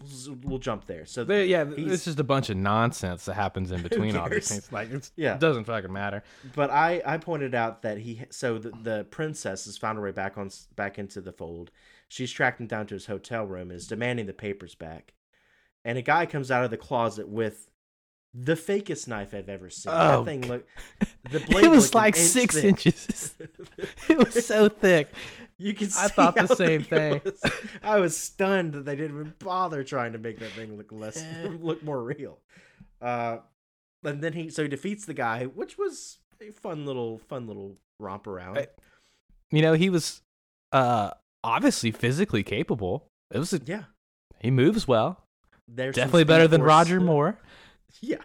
Z- we'll jump there. So They, yeah, He's- it's just a bunch of nonsense that happens in between all cares? these things. Like it's, Yeah. it doesn't fucking matter. but I, I pointed out that he so the, the princess has found her way back on back into the fold. She's tracked him down to his hotel room and is demanding the papers back. And a guy comes out of the closet with the fakest knife I've ever seen. Oh, that thing g- look the blade It was looked an like inch six thick. inches. It was so thick. You can. I see thought the how same big thing. it was. I was stunned that they didn't even bother trying to make that thing look less Yeah. look more real. Uh, and then he so he defeats the guy, which was a fun little fun little romp around. I- You know, he was uh obviously physically capable. It was a, yeah, he moves well. there's some Definitely Speed better than Force- Roger Moore. Yeah,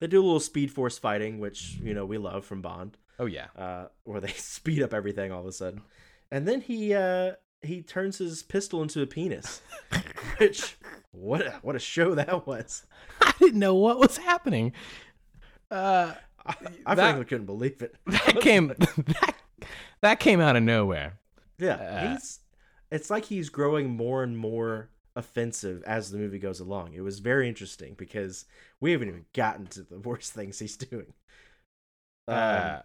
they do a little Speed Force fighting, which you know we love from Bond. Oh yeah. uh, where they speed up everything all of a sudden. And then he uh, he turns his pistol into a penis, which what a, what a show that was! I didn't know what was happening. Uh I, I That- frankly couldn't believe it. that came that, that came out of nowhere. Yeah, Uh. he's it's like he's growing more and more offensive as the movie goes along. It was very interesting because we haven't even gotten to the worst things he's doing. Um, Uh,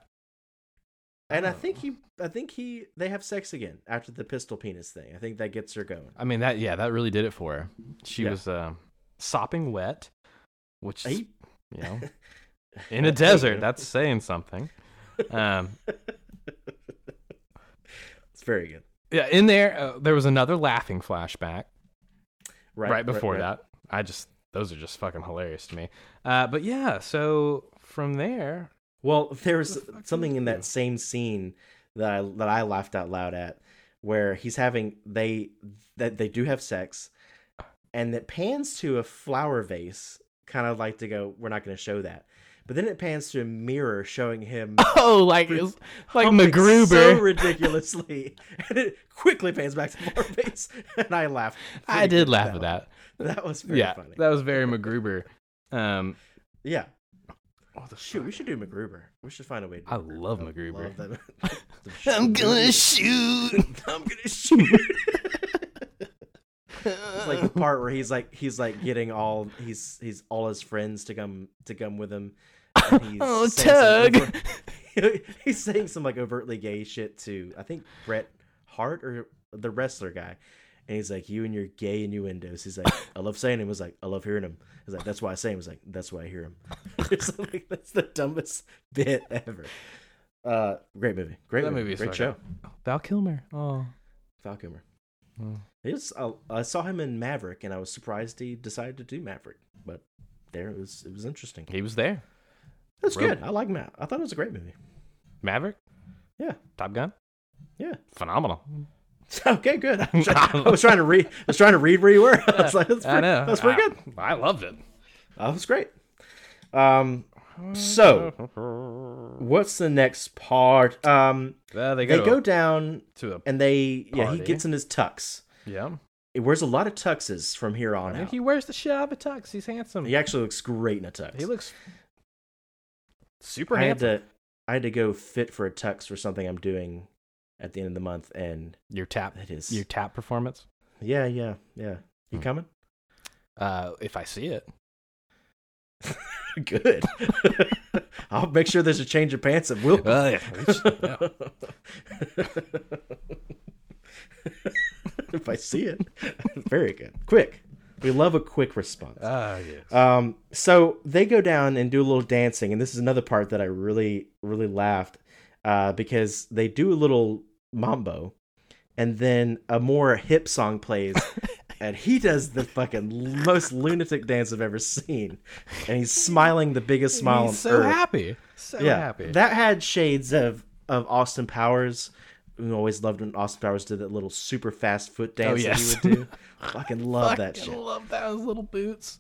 and I oh. think he, I think he, they have sex again after the pistol penis thing. I think that gets her going. I mean that yeah, that really did it for her. She Yeah. was um sopping wet, which is, He you know, in a Hey, desert, man. that's saying something. Um It's very good. yeah, in there uh, there was another laughing flashback. right, before right. that. I just those are just fucking hilarious to me. Uh, but yeah, so from there, Well, there's fuck did something he in do? that same scene that I, that I laughed out loud at, where he's having they that they do have sex, and it pans to a flower vase, kind of like to go, we're not going to show that, but then it pans to a mirror showing him. oh, like it was, like humping so MacGruber. ridiculously, and it quickly pans back to flower vase, and I laughed. I pretty did good laugh at that. one. That was very yeah, funny. that was very MacGruber. Um, yeah, oh, the Shoot, we should do MacGruber. We should find a way. to do I love love MacGruber. that. I'm gonna It's shoot. I'm gonna shoot. like the part where he's like he's like getting all he's he's all his friends to come to come with him. And he's Oh, saying some Tug. overt- he's saying some like overtly gay shit to I think Bret Hart or the wrestler guy. And he's like, you and your gay innuendos. He's like, I love saying him. He's like, I love hearing him. He's like, that's why I say him. He's like, that's why I hear him. It's like, that's the dumbest bit ever. Uh, great movie. Great That movie. movie is great fucking- show. Val Kilmer. Oh, Val Kilmer. Hmm. He was- I, I saw him in Maverick, and I was surprised he decided to do Maverick. But there it was. It was interesting. It he was there. was Rogue. good. I like Matt. I thought it was a great movie. Maverick. Yeah. Top Gun. Yeah. Phenomenal. Okay. Good. I was trying, I was trying to read. I was trying to read where you were. I was like, that's pretty, I know. That's pretty I- good. I loved it. That was great. Um. So, what's the next part? Um. Uh, they They go, go down to a and they. Yeah. He Party. gets in his tux. yeah. He wears a lot of tuxes from here on And out. he wears the shit out of a tux. He's handsome. He actually looks great in a tux. He looks super I had handsome. to I had to go fit for a tux for something I'm doing at the end of the month, and Your tap, that is your tap performance. yeah, yeah, yeah. You Hmm. coming? Uh, if I see it, Good. I'll make sure there's a change of pants at Oh, Will. Uh, if I see it, very good. Quick. We love a quick response. Ah, yes. Um, so they go down and do a little dancing, and this is another part that I really, really laughed uh, because they do a little mambo, and then a more hip song plays, and he does the fucking most lunatic dance I've ever seen, and he's smiling the biggest smile He's on so earth. happy, so happy. That had shades of of Austin Powers. We always loved when Austin Powers did that little super fast foot dance Oh, yes. that he would do. Fucking love that Fucking shit. love those little boots.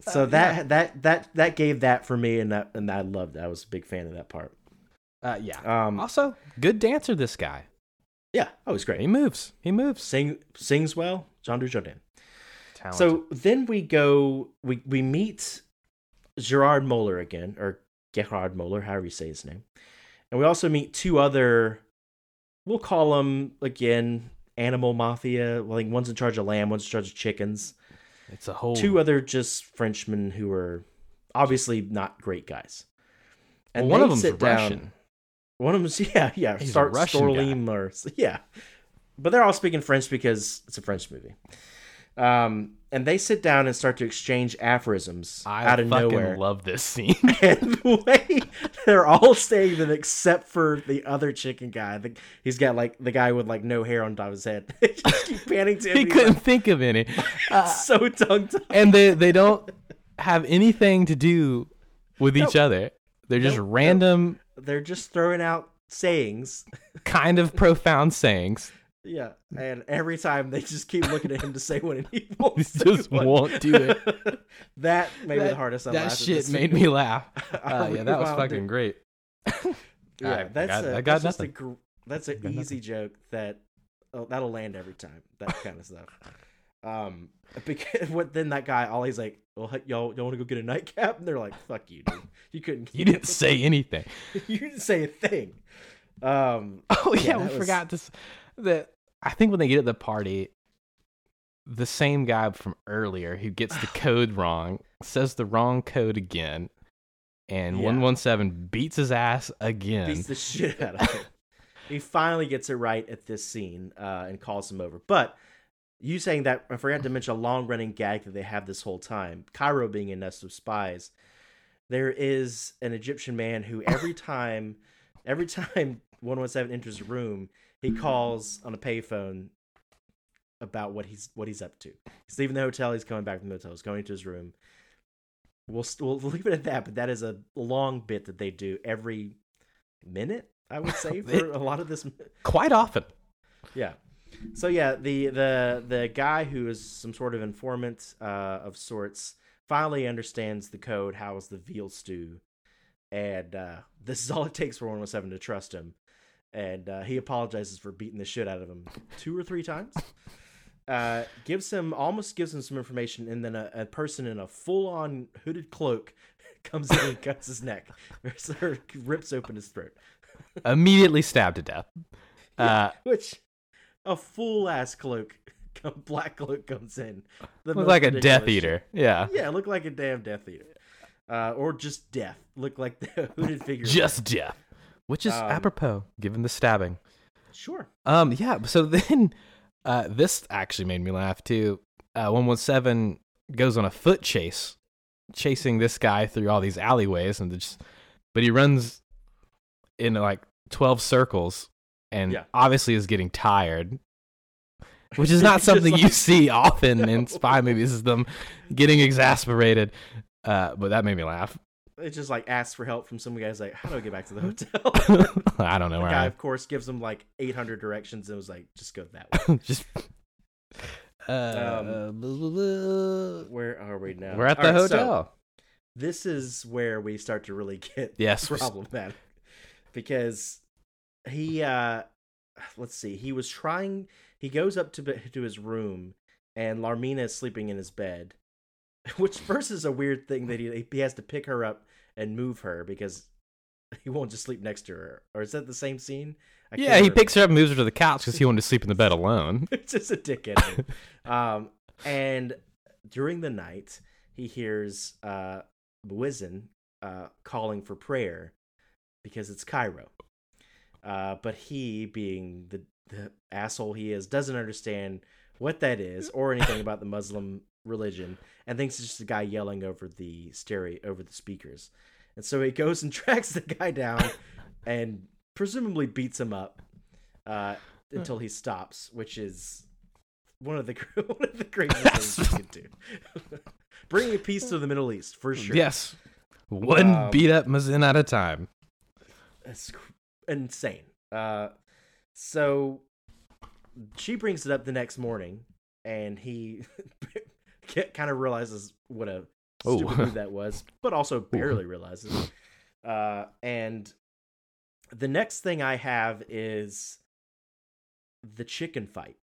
so that that that that gave that for me, and that and I loved. It. I was a big fan of that part. Uh, yeah. Um, also, good dancer. This guy. yeah, oh, it was He great. moves. He moves. Sing sings well, John Dujardin. Talented. So then we go, we we meet Gerard Moeller again, or Gerhard Moeller, however you say his name, and we also meet two other. We'll call them again animal mafia. Like one's in charge of lamb, one's in charge of chickens. it's a whole Two other just Frenchmen who are obviously not great guys. well, one they of them's sit down- Russian. One of them's yeah, yeah. He's a Start Russian Storlim or yeah, but they're all speaking French because it's a French movie. Um, and they sit down and start to exchange aphorisms I out of fucking nowhere. love this scene. and the way they're all saying that, except for the other chicken guy, the, he's got like the guy with like no hair on top of his head. Just keep panning to him. he and he's, couldn't uh, think of any, like, so tongue tied. and they they don't have anything to do with each other. They're just random, They're just throwing out sayings. kind of profound sayings. Yeah, and every time they just keep looking at him to say one, and he won't He say just one. won't do it. that may be the hardest. I That laughed at shit this made movie. me laugh. I Uh, yeah, that was rewound fucking it. great. Yeah, I that's got- a, I got that's just a nothing. gr- that's an nothing. easy joke that oh, that'll land every time. That kind of stuff. Um, because what then that guy all he's like, well, hey, y'all, y'all want to go get a nightcap? And they're like, fuck you, dude. You couldn't. You didn't say anything. you didn't say a thing. Um, Oh yeah, Yeah, we that was- forgot this. That I think when they get at the party, the same guy from earlier who gets the code wrong says the wrong code again, and Yeah. one one seven beats his ass again. beats the shit out of him. he finally gets it right at this scene uh, and calls him over. But you saying that, I forgot to mention a long running gag that they have this whole time Cairo being a nest of spies. There is an Egyptian man who every time, every time 117 enters a room, he calls on a payphone about what he's what he's up to. He's leaving the hotel. He's coming back from the hotel. He's going to his room. We'll st- we'll leave it at that. But that is a long bit that they do every minute. I would say for a lot of this. m- Quite often, Yeah. So yeah, the the the guy who is some sort of informant uh, of sorts finally understands the code. How is the veal stew? And uh, this is all it takes for 117 to trust him. And uh, he apologizes for beating the shit out of him two or three times. Uh, gives him almost gives him some information, and then a, a person in a full on hooded cloak comes in and cuts his neck, or rips open his throat. immediately stabbed to death. Uh, which a full ass cloak, black cloak comes in. The looked most like a Death ridiculous Eater. Yeah, shit. Yeah, look like a damn Death Eater, uh, or just death. Look like the hooded figure. just death, which is Um, apropos given the stabbing. sure. Um, yeah. So then, uh, this actually made me laugh too. Uh, one one seven goes on a foot chase, chasing this guy through all these alleyways, and just, but he runs in like twelve circles, and Yeah. obviously is getting tired. Which is not Just something you like- see often No. in spy movies. Is them getting exasperated, uh, but that made me laugh. It just like asks for help from some guys. Like, how do I get back to the hotel? I don't know the where guy, I of course, gives him like 800 directions and was like, just go that way. just. Uh, Um, blah, blah, blah. Where are we now? We're at the All right, so hotel. this is where we start to really get Yes. problematic because he uh let's see he was trying he goes up to to his room and larmina is sleeping in his bed which first is a weird thing that he, he has to pick her up and move her because he won't just sleep next to her or is that the same scene I yeah, he remember. picks her up and moves her to the couch because he wanted to sleep in the bed alone. it's just a dickhead move. um and during the night he hears uh Muizen, uh calling for prayer because it's Cairo. Uh, but he, being the, the asshole he is, doesn't understand what that is or anything about the Muslim religion, and thinks it's just a guy yelling over the stereo over the speakers. And so he goes and tracks the guy down, and presumably beats him up uh, until he stops, which is one of the one of the craziest things you can do. Bringing peace to the Middle East for sure. Yes. One Um, beat up Mazin at a time. That's cr- insane. Uh, so she brings it up the next morning, and he kind of realizes what a Oh. stupid move that was, but also barely realizes. Uh, and the next thing I have is the chicken fight.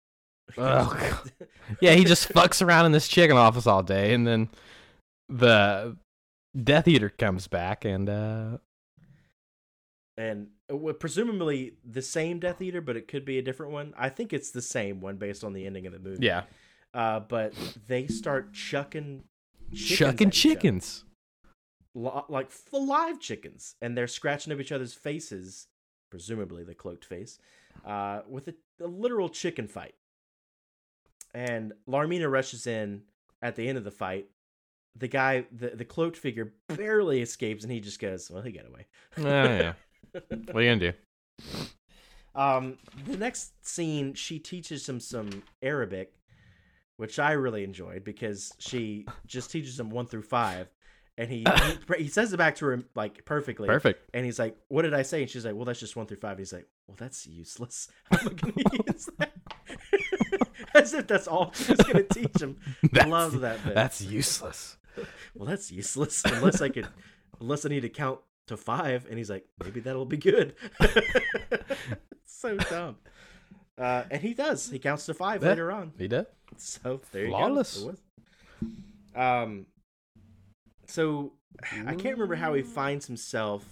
Oh, Yeah, he just fucks around in this chicken office all day, and then the Death Eater comes back, and uh, and uh, well, presumably the same Death Eater, but it could be a different one. I think it's the same one based on the ending of the movie. yeah, Uh, but they start chucking chickens chucking at each other. chickens. Li- like f- live chickens, and they're scratching up each other's faces, presumably the cloaked face, uh, with a, a literal chicken fight. And Larmina rushes in at the end of the fight. The guy, the, the cloaked figure, barely escapes, and he just goes, "Well, he got away." Oh, yeah. What are you gonna do? Um, the next scene, she teaches him some Arabic, which I really enjoyed because she just teaches him one through five, and he he, he says it back to her like perfectly. Perfect. And he's like, "What did I say?" And she's like, "Well, that's just one through five. And he's like, "Well, that's useless. How am I going to use that?" As if that's all she's going to teach him. I That's- love that bit. That's useless. Well, that's useless unless I could, unless I need to count to five. And he's like, maybe that'll be good. so dumb. Uh, and he does. He counts to five Yeah. later on. He did. So there Flawless. you go. It was. Um. So I can't remember how he finds himself,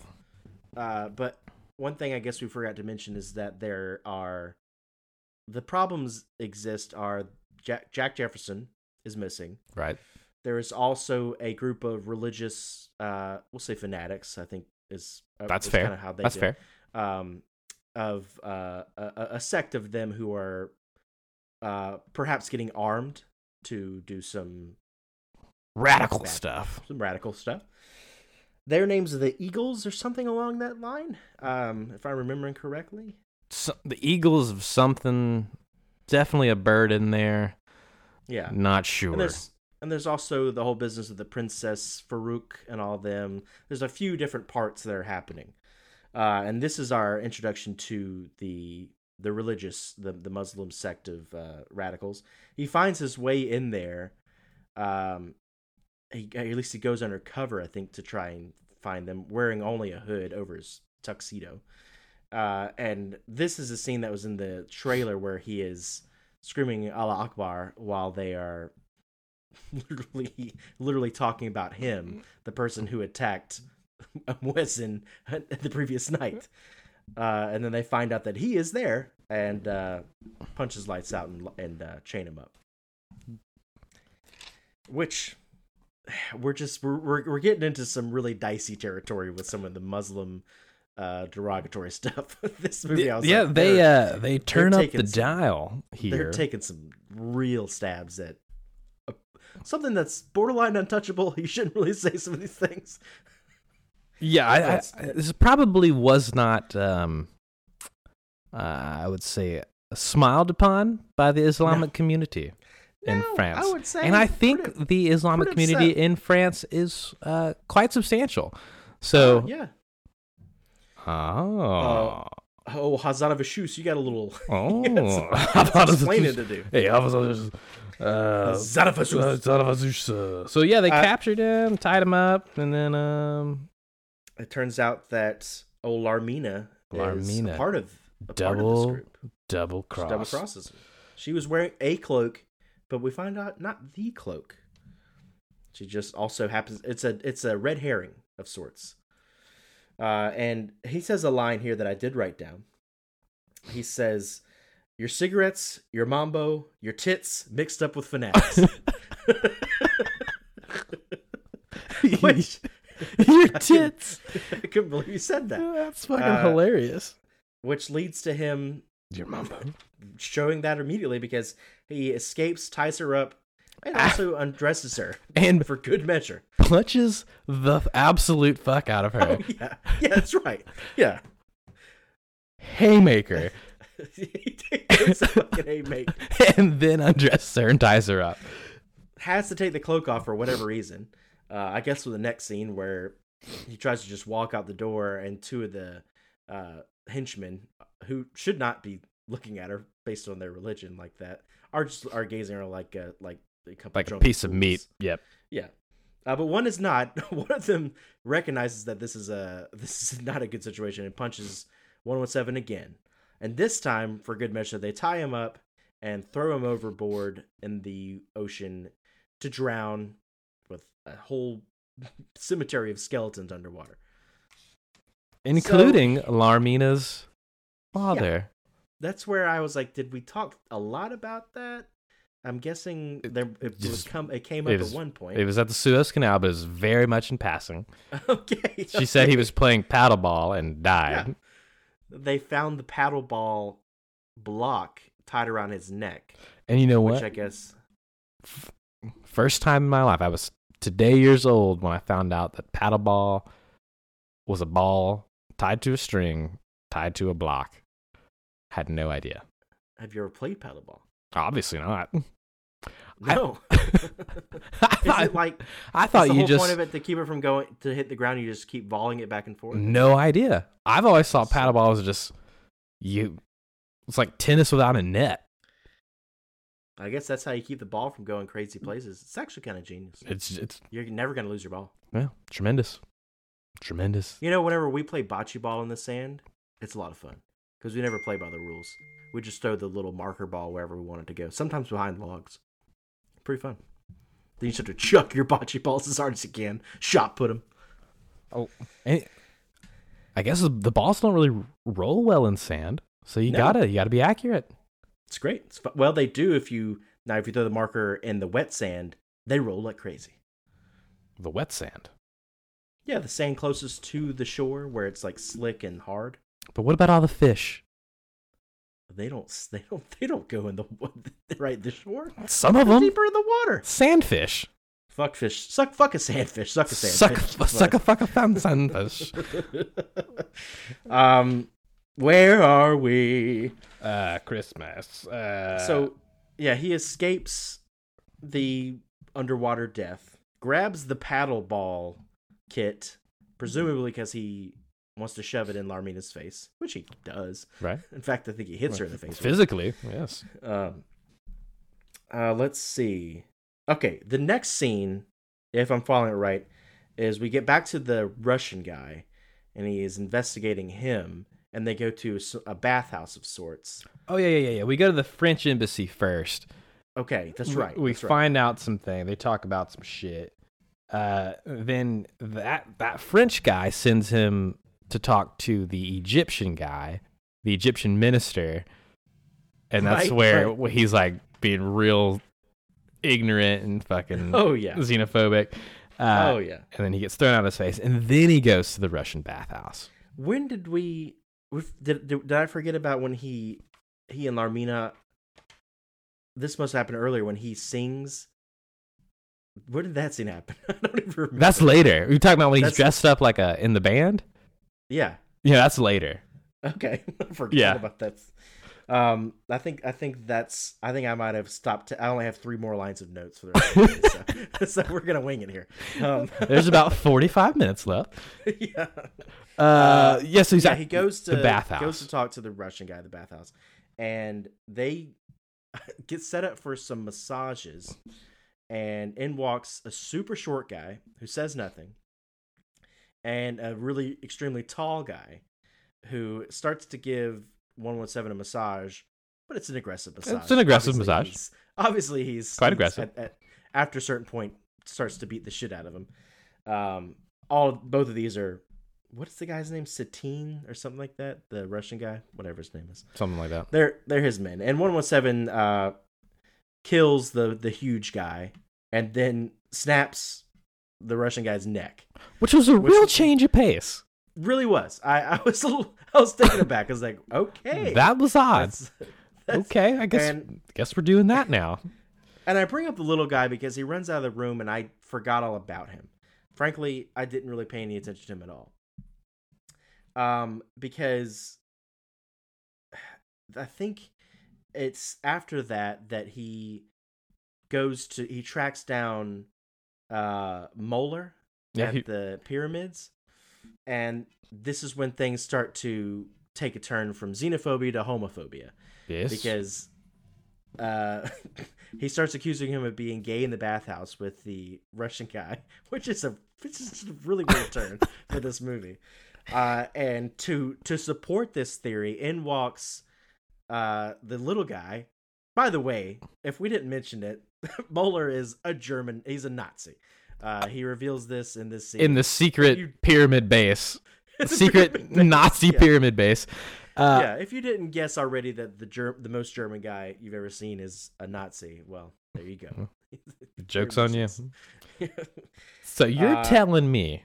uh, but one thing I guess we forgot to mention is that there are the problems exist. Are Jack, Jack Jefferson is missing. Right. There is also a group of religious, uh, we'll say fanatics. I think is uh, That's is fair. kinda how they That's do it fair. um, of uh, a, a- a sect of them who are uh, perhaps getting armed to do some Radical Back. stuff. some radical stuff. Their names are the Eagles or something along that line, um, if I'm remembering correctly. So, the Eagles of something. Definitely a bird in there. Yeah, Not and sure. there's and there's also the whole business of the Princess Farouk and all them. There's a few different parts that are happening, uh, and this is our introduction to the the religious, the the Muslim sect of uh, radicals. He finds his way in there. Um, he, at least he goes undercover, I think, to try and find them, wearing only a hood over his tuxedo. Uh, and this is a scene that was in the trailer where he is screaming Allah Akbar while they are literally literally talking about him, the person who attacked Wesson the previous night. Uh, and then they find out that he is there and uh, punch his lights out and, and uh, chain him up. Which we're just we're, we're we're getting into some really dicey territory with some of the Muslim uh, derogatory stuff. this movie, I was yeah, like, they they're- uh they turn up taking the some- dial they're here. taking some real stabs at uh, something that's borderline untouchable. You shouldn't really say some of these things. Yeah, I, I, That's- I- this probably was not, um, uh, I would say, smiled upon by the Islamic community in No, France. I would say and I pretty- think the Islamic pretty community upset. in France is uh, quite substantial. So, Uh, Yeah. oh, Oh, Hazan Vishus, you got a little oh, I thought it was- explaining to do. Hey, I was, I was, uh, Hazarafashus. so, so yeah, they Uh, captured him, tied him up, and then um, It turns out that oh Larmina, is a Larmina. part of a part of Double this group. double She cross. double crosses. him. She was wearing a cloak, but we find out not the cloak. She just also happens. It's a it's a red herring of sorts. Uh, and he says a line here that I did write down. He says, "Your cigarettes, your mambo, your tits, mixed up with fanatics." Which- Your tits. I couldn't believe he said that. That's fucking Uh, hilarious. Which leads to him Your mambo. showing that immediately because he escapes, ties her up, and Ah. also undresses her And for good measure. punches the absolute fuck out of Oh, her. yeah, yeah, that's right. Yeah, Haymaker. it's a fucking a mate. and then undresses her and ties her up. Has to take the cloak off for whatever reason. Uh, I guess with the next scene where he tries to just walk out the door, and two of the uh, henchmen uh, who should not be looking at her based on their religion like that are just are gazing at her like a like a couple Like a drunk piece of fools. meat. Yep. Yeah. Uh, but one is not. One of them recognizes that this is a this is not a good situation and punches 117 again. And this time, for good measure, they tie him up and throw him overboard in the ocean to drown with a whole cemetery of skeletons underwater. including Larmina's father. That's where I was like, did we talk a lot about that? I'm guessing there it, was just- come it came it up was- at one point. It was at the Suez Canal, but it was very much in passing. okay. She said he was playing paddleball and died. Yeah. They found the paddle ball block tied around his neck, And you know which what? I guess First time in my life, I was today years old when I found out that paddleball was a ball tied to a string, tied to a block. Had no idea. have you ever played paddle ball? Obviously not. I- No. I Is thought, it like I that's thought the you whole just point of it to keep it from going to hit the ground? You just keep volleying it back and forth. No idea. I've always thought So- paddleball was just you. It's like tennis without a net. I guess that's how you keep the ball from going crazy places. It's actually kind of genius. It's it's You're never gonna lose your ball. well, tremendous, tremendous. You know, whenever we play bocce ball in the sand, it's a lot of fun because we never play by the rules. We just throw the little marker ball wherever we want it to go, sometimes behind logs. Pretty fun. Then you just have to chuck your bocce balls as hard as you can, shot put them. Oh, and I guess the balls don't really roll well in sand, so you No. gotta you gotta be accurate. It's great. It's fu- well, they do if you now if you throw the marker in the wet sand, they roll like crazy. The wet sand. Yeah, the sand closest to the shore where it's like slick and hard. But what about all the fish? They don't. s- They don't. They don't go in the wa- right the shore. Some of They're them deeper in the water. sandfish. Fuck fish. Suck. Fuck a sandfish. Suck a Suck sandfish. a suck a fuck a found sandfish. um, where are we? uh, Christmas. Uh, so, yeah, he escapes the underwater death, grabs the paddle ball kit, presumably because he wants to shove it in Larmina's face, which he does. right In fact, I think he hits her in the face. with physically, yes. it. Um, uh, let's see. Okay, the next scene, if I'm following it right, is we get back to the Russian guy, and he is investigating him, and they go to a s- a bathhouse of sorts. Oh yeah, yeah, yeah, yeah. We go to the French embassy first. Okay, that's We- right. We that's right. find out something. They talk about some shit. Uh, then that that French guy sends him to talk to the Egyptian guy, the Egyptian minister, and that's Right, where he's like being real ignorant and fucking Oh yeah. xenophobic. Uh, oh yeah. And then he gets thrown out of his face, and then he goes to the Russian bathhouse. When did we? we- Did, did did I forget about when he he and Larmina? This must happen earlier when he sings. Where did that scene happen? I don't even remember. That's later. You're talking about when That's- he's dressed up like a in the band. yeah. Yeah, that's later. Okay, I forgot Yeah. about that. Um, I think I think that's I think I might have stopped. I only have three more lines of notes for the rest of the day, so, so we're gonna wing it here. Um, There's about 45 minutes left. yeah, Uh, yeah, so he's yeah. at He goes to the bathhouse. Goes to talk to the Russian guy at the bathhouse, and they get set up for some massages. And in walks a super short guy who says nothing, and a really extremely tall guy who starts to give 117 a massage, but it's an aggressive massage. an aggressive Obviously, massage. he's- obviously, he's Quite he's aggressive. At, at, after a certain point, starts to beat the shit out of him. Um, all both of these are what's the guy's name? Satine or something like that. The Russian guy, whatever his name is. Something like that. They're they're his men, and 117 uh, kills the the huge guy, and then snaps the Russian guy's neck. Which was a Which- real change of pace. Really was. I, I was a little. I was taken aback. I was like, okay, That was odd. that's- that's- Okay, I guess and- guess we're doing that now. And I bring up the little guy because he runs out of the room and I forgot all about him. Frankly, I didn't really pay any attention to him at all. Um, because I think it's after that that he goes to he tracks down uh Moeller Yeah, at he- the pyramids. And this is when things start to take a turn from xenophobia to homophobia Yes. because uh He starts accusing him of being gay in the bathhouse with the Russian guy, which is a which is a really weird turn for this movie. Uh, and to to support this theory, in walks uh, the little guy. By the way, if we didn't mention it, Moeller is a German. He's a Nazi. Uh, he reveals this in this scene. in the secret You- pyramid base, It's a secret pyramid base, Nazi yeah. pyramid base. Uh, yeah, if you didn't guess already that the Ger- the most German guy you've ever seen is a Nazi, well, there you Uh-huh. go. Jokes on you. you. So you're Uh, telling me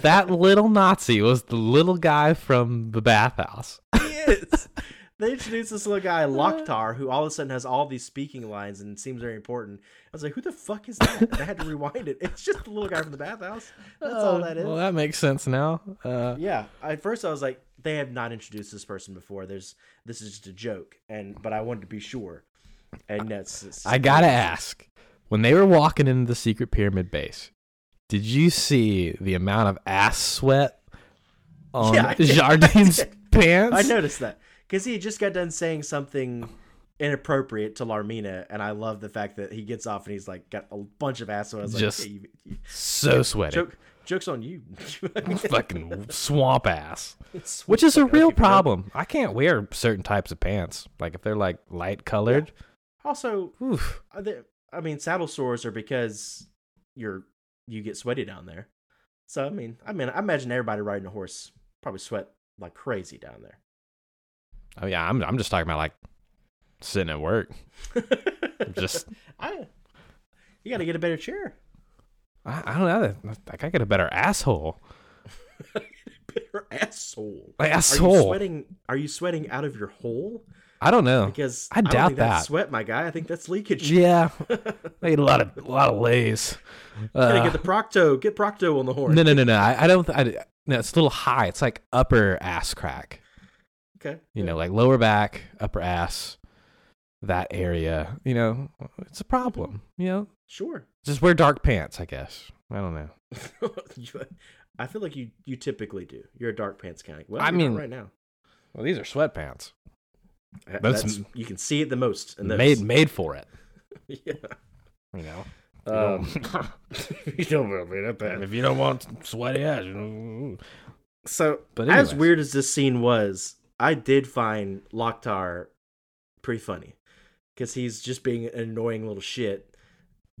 that little Nazi was the little guy from the bathhouse? he is. They introduced this little Uh. guy, Loktar, who all of a sudden has all these speaking lines and seems very important. I was like, who the fuck is that? And I had to rewind it. It's just the little guy from the bathhouse. That's all Oh, that is. Well, that makes sense now. Uh, yeah at first i was like they have not introduced this person before there's this is just a joke and but i wanted to be sure and that's it's- I gotta ask, when they were walking into the secret pyramid base, did you see the amount of ass sweat on Yeah, I did. Jardine's I did. pants? i noticed that because he had just got done saying something inappropriate to larmina and i love the fact that he gets off and he's like got a bunch of ass so i was Just- like yeah, you, you, So sweaty, joke jokes on you fucking swamp ass, which is a real problem. I can't wear certain types of pants, like if they're like light colored. also Oof. are there- i mean saddle sores are because you're you get sweaty down there so i mean i mean i imagine everybody riding a horse probably sweat like crazy down there Oh yeah, I'm I'm just talking about like sitting at work. Just I, you got to get a better chair. I, I don't know. Like I got a better asshole. better asshole. Are Like you asshole. sweating? Are you sweating out of your hole? I don't know. Because I don't doubt think that's that. sweat, my guy. I think that's leakage. Yeah, I ate a lot of a lot of lays. Gotta Uh, get the Procto. Get Procto on the horn. no, no, no, no. I, I don't. I, no, it's a little high. It's like upper ass crack. Okay. You know, like lower back, upper ass, that area. You know, it's a problem. You know, Sure. just wear dark pants. I guess. I don't know. You- I feel like you you typically do. You're a dark pants kind. Well, I you're not mean, right now. Uh, Well, these are sweatpants. That's, you can see it the most. In those. Made made for it. yeah. You know. Um, You don't- you don't really mean that bad. if you don't want sweaty ass, you know, So, But as anyways. weird as this scene was, I did find Loktar pretty funny because he's just being an annoying little shit.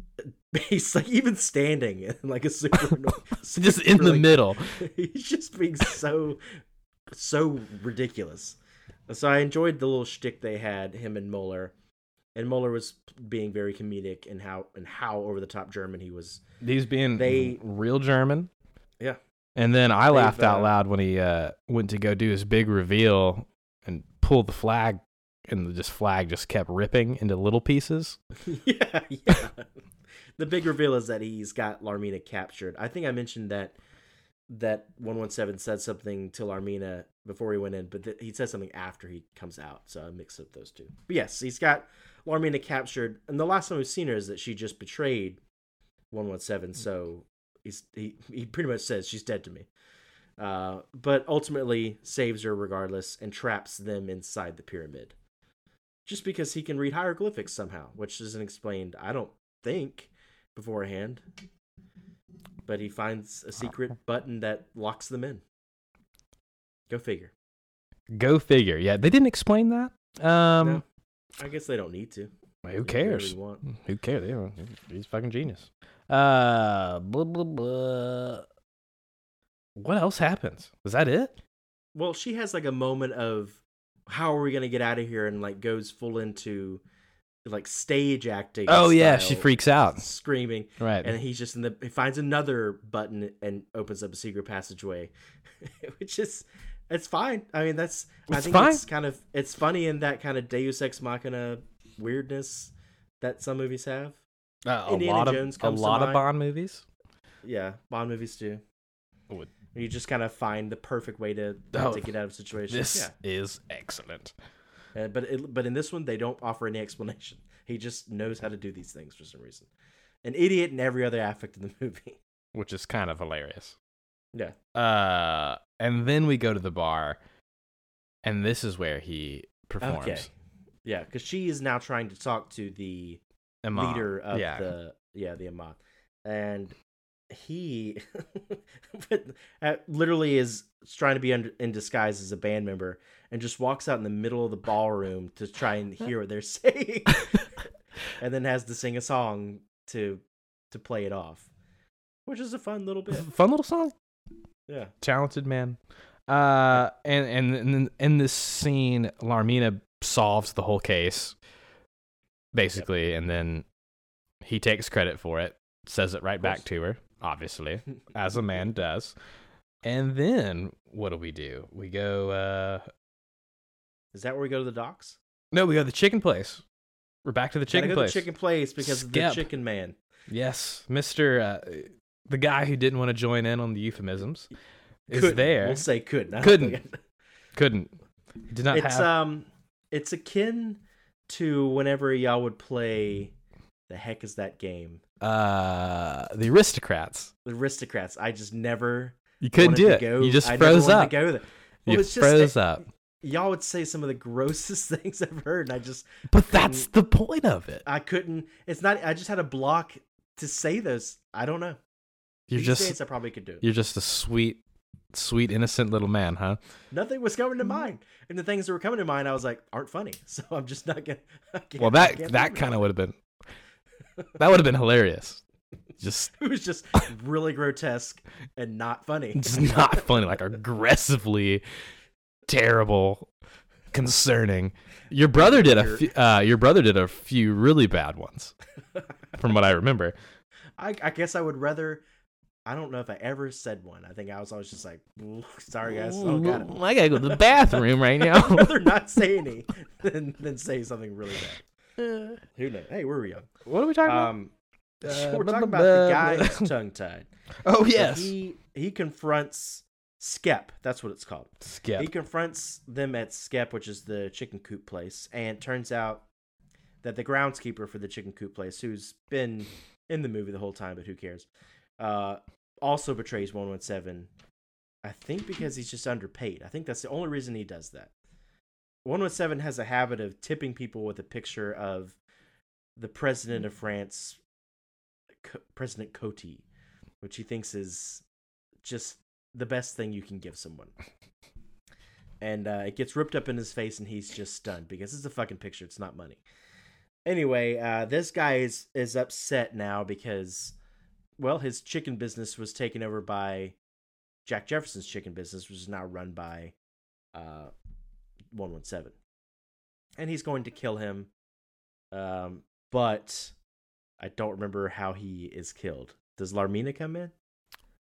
He's like even standing in like a super annoying, just in the middle. He's just being so so ridiculous. Uh, So I enjoyed the little shtick they had him and Mueller, and Mueller was being very comedic and how and how over the top German he was. These being They- real German. Yeah. And then I laughed out uh, loud when he uh, went to go do his big reveal and pull the flag, and the just flag just kept ripping into little pieces. yeah, yeah. the big reveal is that he's got Larmina captured. I think I mentioned that that 117 said something to Larmina before he went in, but th- he says something after he comes out. So I mixed up those two. But yes, he's got Larmina captured, and the last time we've seen her is that she just betrayed 117. So he's he he pretty much says she's dead to me. Uh, but ultimately saves her regardless and traps them inside the pyramid just because he can read hieroglyphics somehow, which isn't explained, I don't think, beforehand. But he finds a secret button that locks them in. Go figure. Go figure. Yeah, they didn't explain that. Um, I guess they don't need to. Who They do whatever cares? Hmm, they want. Who cares? They don't- He's fucking genius. Uh, blah blah blah. What else happens? Is that it? Well, she has like a moment of how are we gonna get out of here, and like goes full into like stage acting. Oh yeah, she style, freaks out. screaming. Right. and he's just in the he finds another button and opens up a secret passageway which is it's fine i mean that's i It's think fine. it's kind of it's funny in that kind of deus ex machina weirdness that some movies have Uh, a Indiana lot of Jones a comes to lot of mind. Bond movies. yeah bond movies do Would- you just kind of find the perfect way to, Oh, to get out of situations This is excellent. yeah uh, but it, but in this one they don't offer any explanation he just knows how to do these things for some reason an idiot in every other affect in the movie which is kind of hilarious. yeah Uh, and then we go to the bar, and this is where he performs. Okay. Yeah, because she is now trying to talk to the Imam. leader of yeah. the yeah the imam and he but, uh, literally is trying to be under, in disguise as a band member and just walks out in the middle of the ballroom to try and hear what they're saying and then has to sing a song to to play it off which is a fun little bit Fun little song. yeah talented man. Uh, and and and then in this scene, Larmina solves the whole case, basically, and then he takes credit for it, says it right Of back course. to her, obviously, as a man does. And then what do we do? We go. Uh, is that where we go to the docks no, we go to the chicken place. We're back to the Gotta chicken go to place. chicken place because of Skep. the chicken man Yes, Mister, uh, the guy who didn't want to join in on the euphemisms, is Couldn't. there. we'll say couldn't I don't Couldn't. think I- Couldn't. Did not it's have. um it's akin to whenever y'all would play the heck is that game uh the aristocrats the aristocrats i just never you couldn't wanted do to it go- you just I never froze wanted up to go there. Well, you it's just- froze up y'all would say some of the grossest things i've heard and i uh, just but that's the point of it i couldn't it's not i just had a block to say those i don't know you're These just days i probably could do it you're just a sweet sweet innocent little man huh nothing was Mm-hmm. coming to mind and the things that were coming to mind i was like aren't funny so i'm just not gonna I can't- well I that can't that do it. kind of would have been that would have been hilarious just it was just really grotesque and not funny just not funny like aggressively terrible concerning your brother did a You're- few, uh your brother did a few really bad ones from what i remember I, I guess I would rather. I don't know if I ever said one. I think I was always just like, "Ooh, sorry guys, oh god, Ooh, I gotta go to the bathroom right I'd now. rather not say any than, than say something really bad. Who knows? Hey, where were we on? What are we talking Um, Uh, we're blah, talking blah, about the blah, guy blah. who's tongue tied. about? Oh yes, he he confronts Skep. That's what it's called. Skep. He confronts them at Skep, which is the chicken coop place, and turns out that the groundskeeper for the chicken coop place, who's been in the movie the whole time, but who cares, uh, also betrays 117. I think because he's just underpaid. I think that's the only reason he does that. 117 has a habit of tipping people with a picture of the president of France, Co- President Coty, which he thinks is just the best thing you can give someone and uh, it gets ripped up in his face, and he's just stunned because it's a fucking picture. It's not money. Anyway, uh, this guy is is upset now because, well, his chicken business was taken over by Jack Jefferson's chicken business, which is now run by one one seven, and he's going to kill him. Um, but I don't remember how he is killed. Does Larmina come in?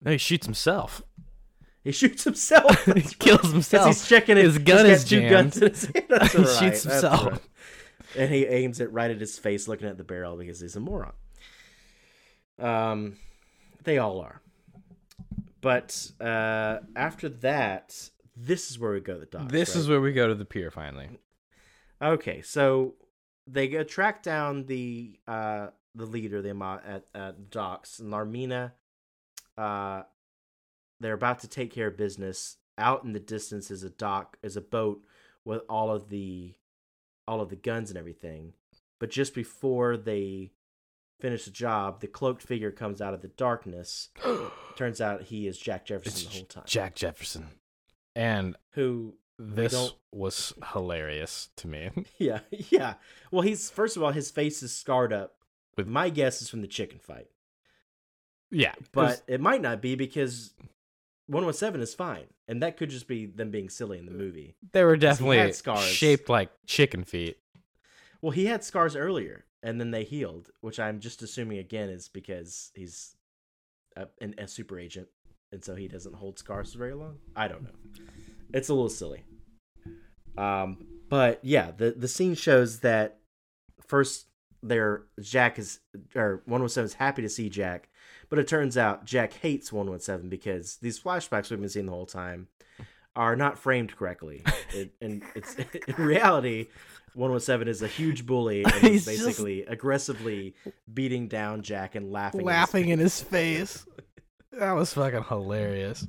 no, he shoots himself. He shoots himself. he kills Because himself. he's checking His he's gun got is two jammed. guns in his hand. That's He right, shoots that's himself. right. And he aims it right at his face, looking at the barrel because he's a moron. Um, they all are. But uh, after that, this is where we go to the docks. this right? is where we go to the pier finally. Okay, so they go track down the uh the leader, the Ama at at docks, and Larmina uh they're about to take care of business. Out in the distance is a dock is a boat with all of the all of the guns and everything. But just before they finish the job, the cloaked figure comes out of the darkness. Turns out he is Jack Jefferson It's the whole time. Jack Jefferson, and who this don't- was hilarious to me. Yeah, yeah. Well, he's first of all, his face is scarred up. With- my guess is from the chicken fight, yeah, it but was- it might not be because one one seven is fine, and that could just be them being silly in the movie. they were had definitely scars. shaped like chicken feet. Well, he had scars earlier, and then they healed, which I'm just assuming again is because he's a, an, a super agent, and so he doesn't hold scars for very long. I don't know. It's a little silly. Um, but yeah, the the scene shows that first there Jack is or 117 is happy to see Jack, but it turns out Jack hates 117 because these flashbacks we've been seeing the whole time are not framed correctly. It, and it's in reality 117 is a huge bully and he's He's just- basically aggressively beating down Jack and laughing. at his in his face. That was fucking hilarious.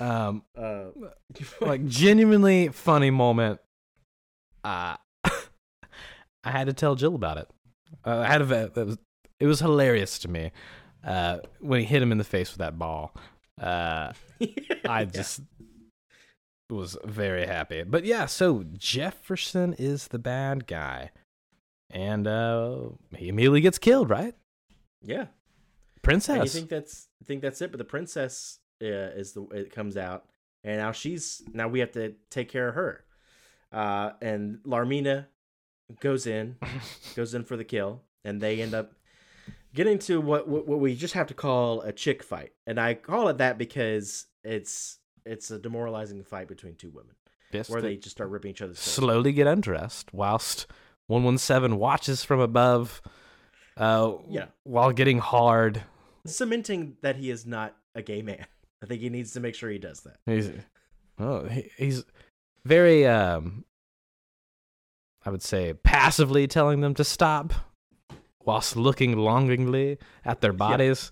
Um, uh, like genuinely funny moment. Uh, I had to tell Jill about it. Uh, I had a that was it was hilarious to me uh, when he hit him in the face with that ball. Uh, I just was very happy. But yeah, so Jefferson is the bad guy, and uh, he immediately gets killed. Right, yeah. And you princess. think that's you think that's it? But the princess uh, is the it comes out, and now she's now we have to take care of her. Uh, and Larmina goes in, goes in for the kill, and they end up getting to what what, what we just have to call a chick fight. And I call it that because it's it's a demoralizing fight between two women, Best where to they just start ripping each other's. clothes. slowly get undressed whilst one one seven watches from above. Uh, Yeah. while getting hard. cementing that he is not a gay man. I think he needs to make sure he does that. He's oh, he, he's very um I would say passively telling them to stop whilst looking longingly at their bodies.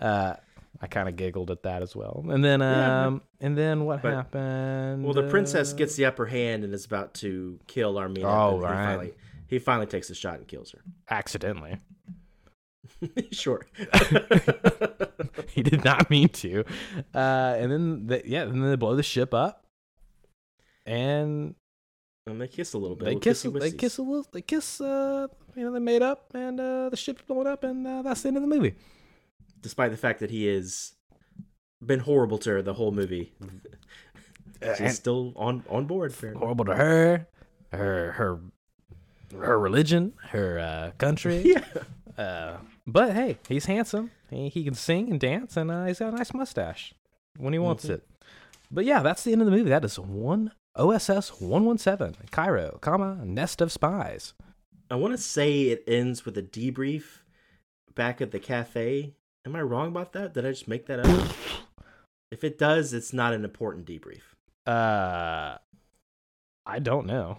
Uh I kind of giggled at that as well. And then Yeah. um and then what But- happened? Well, the princess Uh, gets the upper hand and is about to kill Armina. Oh, but right. He finally, he finally takes a shot and kills her. accidentally. sure. he did not mean to. Uh and then they, yeah, and then they blow the ship up. And and they kiss a little bit. they Well, kiss kissy they wissies. kiss a little they kiss uh you know they made up and uh the ship's blown up and uh, that's the end of the movie Despite the fact that he is been horrible to her the whole movie. Uh, She's still on, on board. apparently. horrible to her her her her religion her uh country Yeah. uh but hey he's handsome he, he can sing and dance and uh, he's got a nice mustache when he wants it but yeah that's the end of the movie that is one oss 117 cairo comma nest of spies I want to say it ends with a debrief back at the cafe. Am I wrong about that? Did I just make that up? if it does, it's not an important debrief. uh i don't know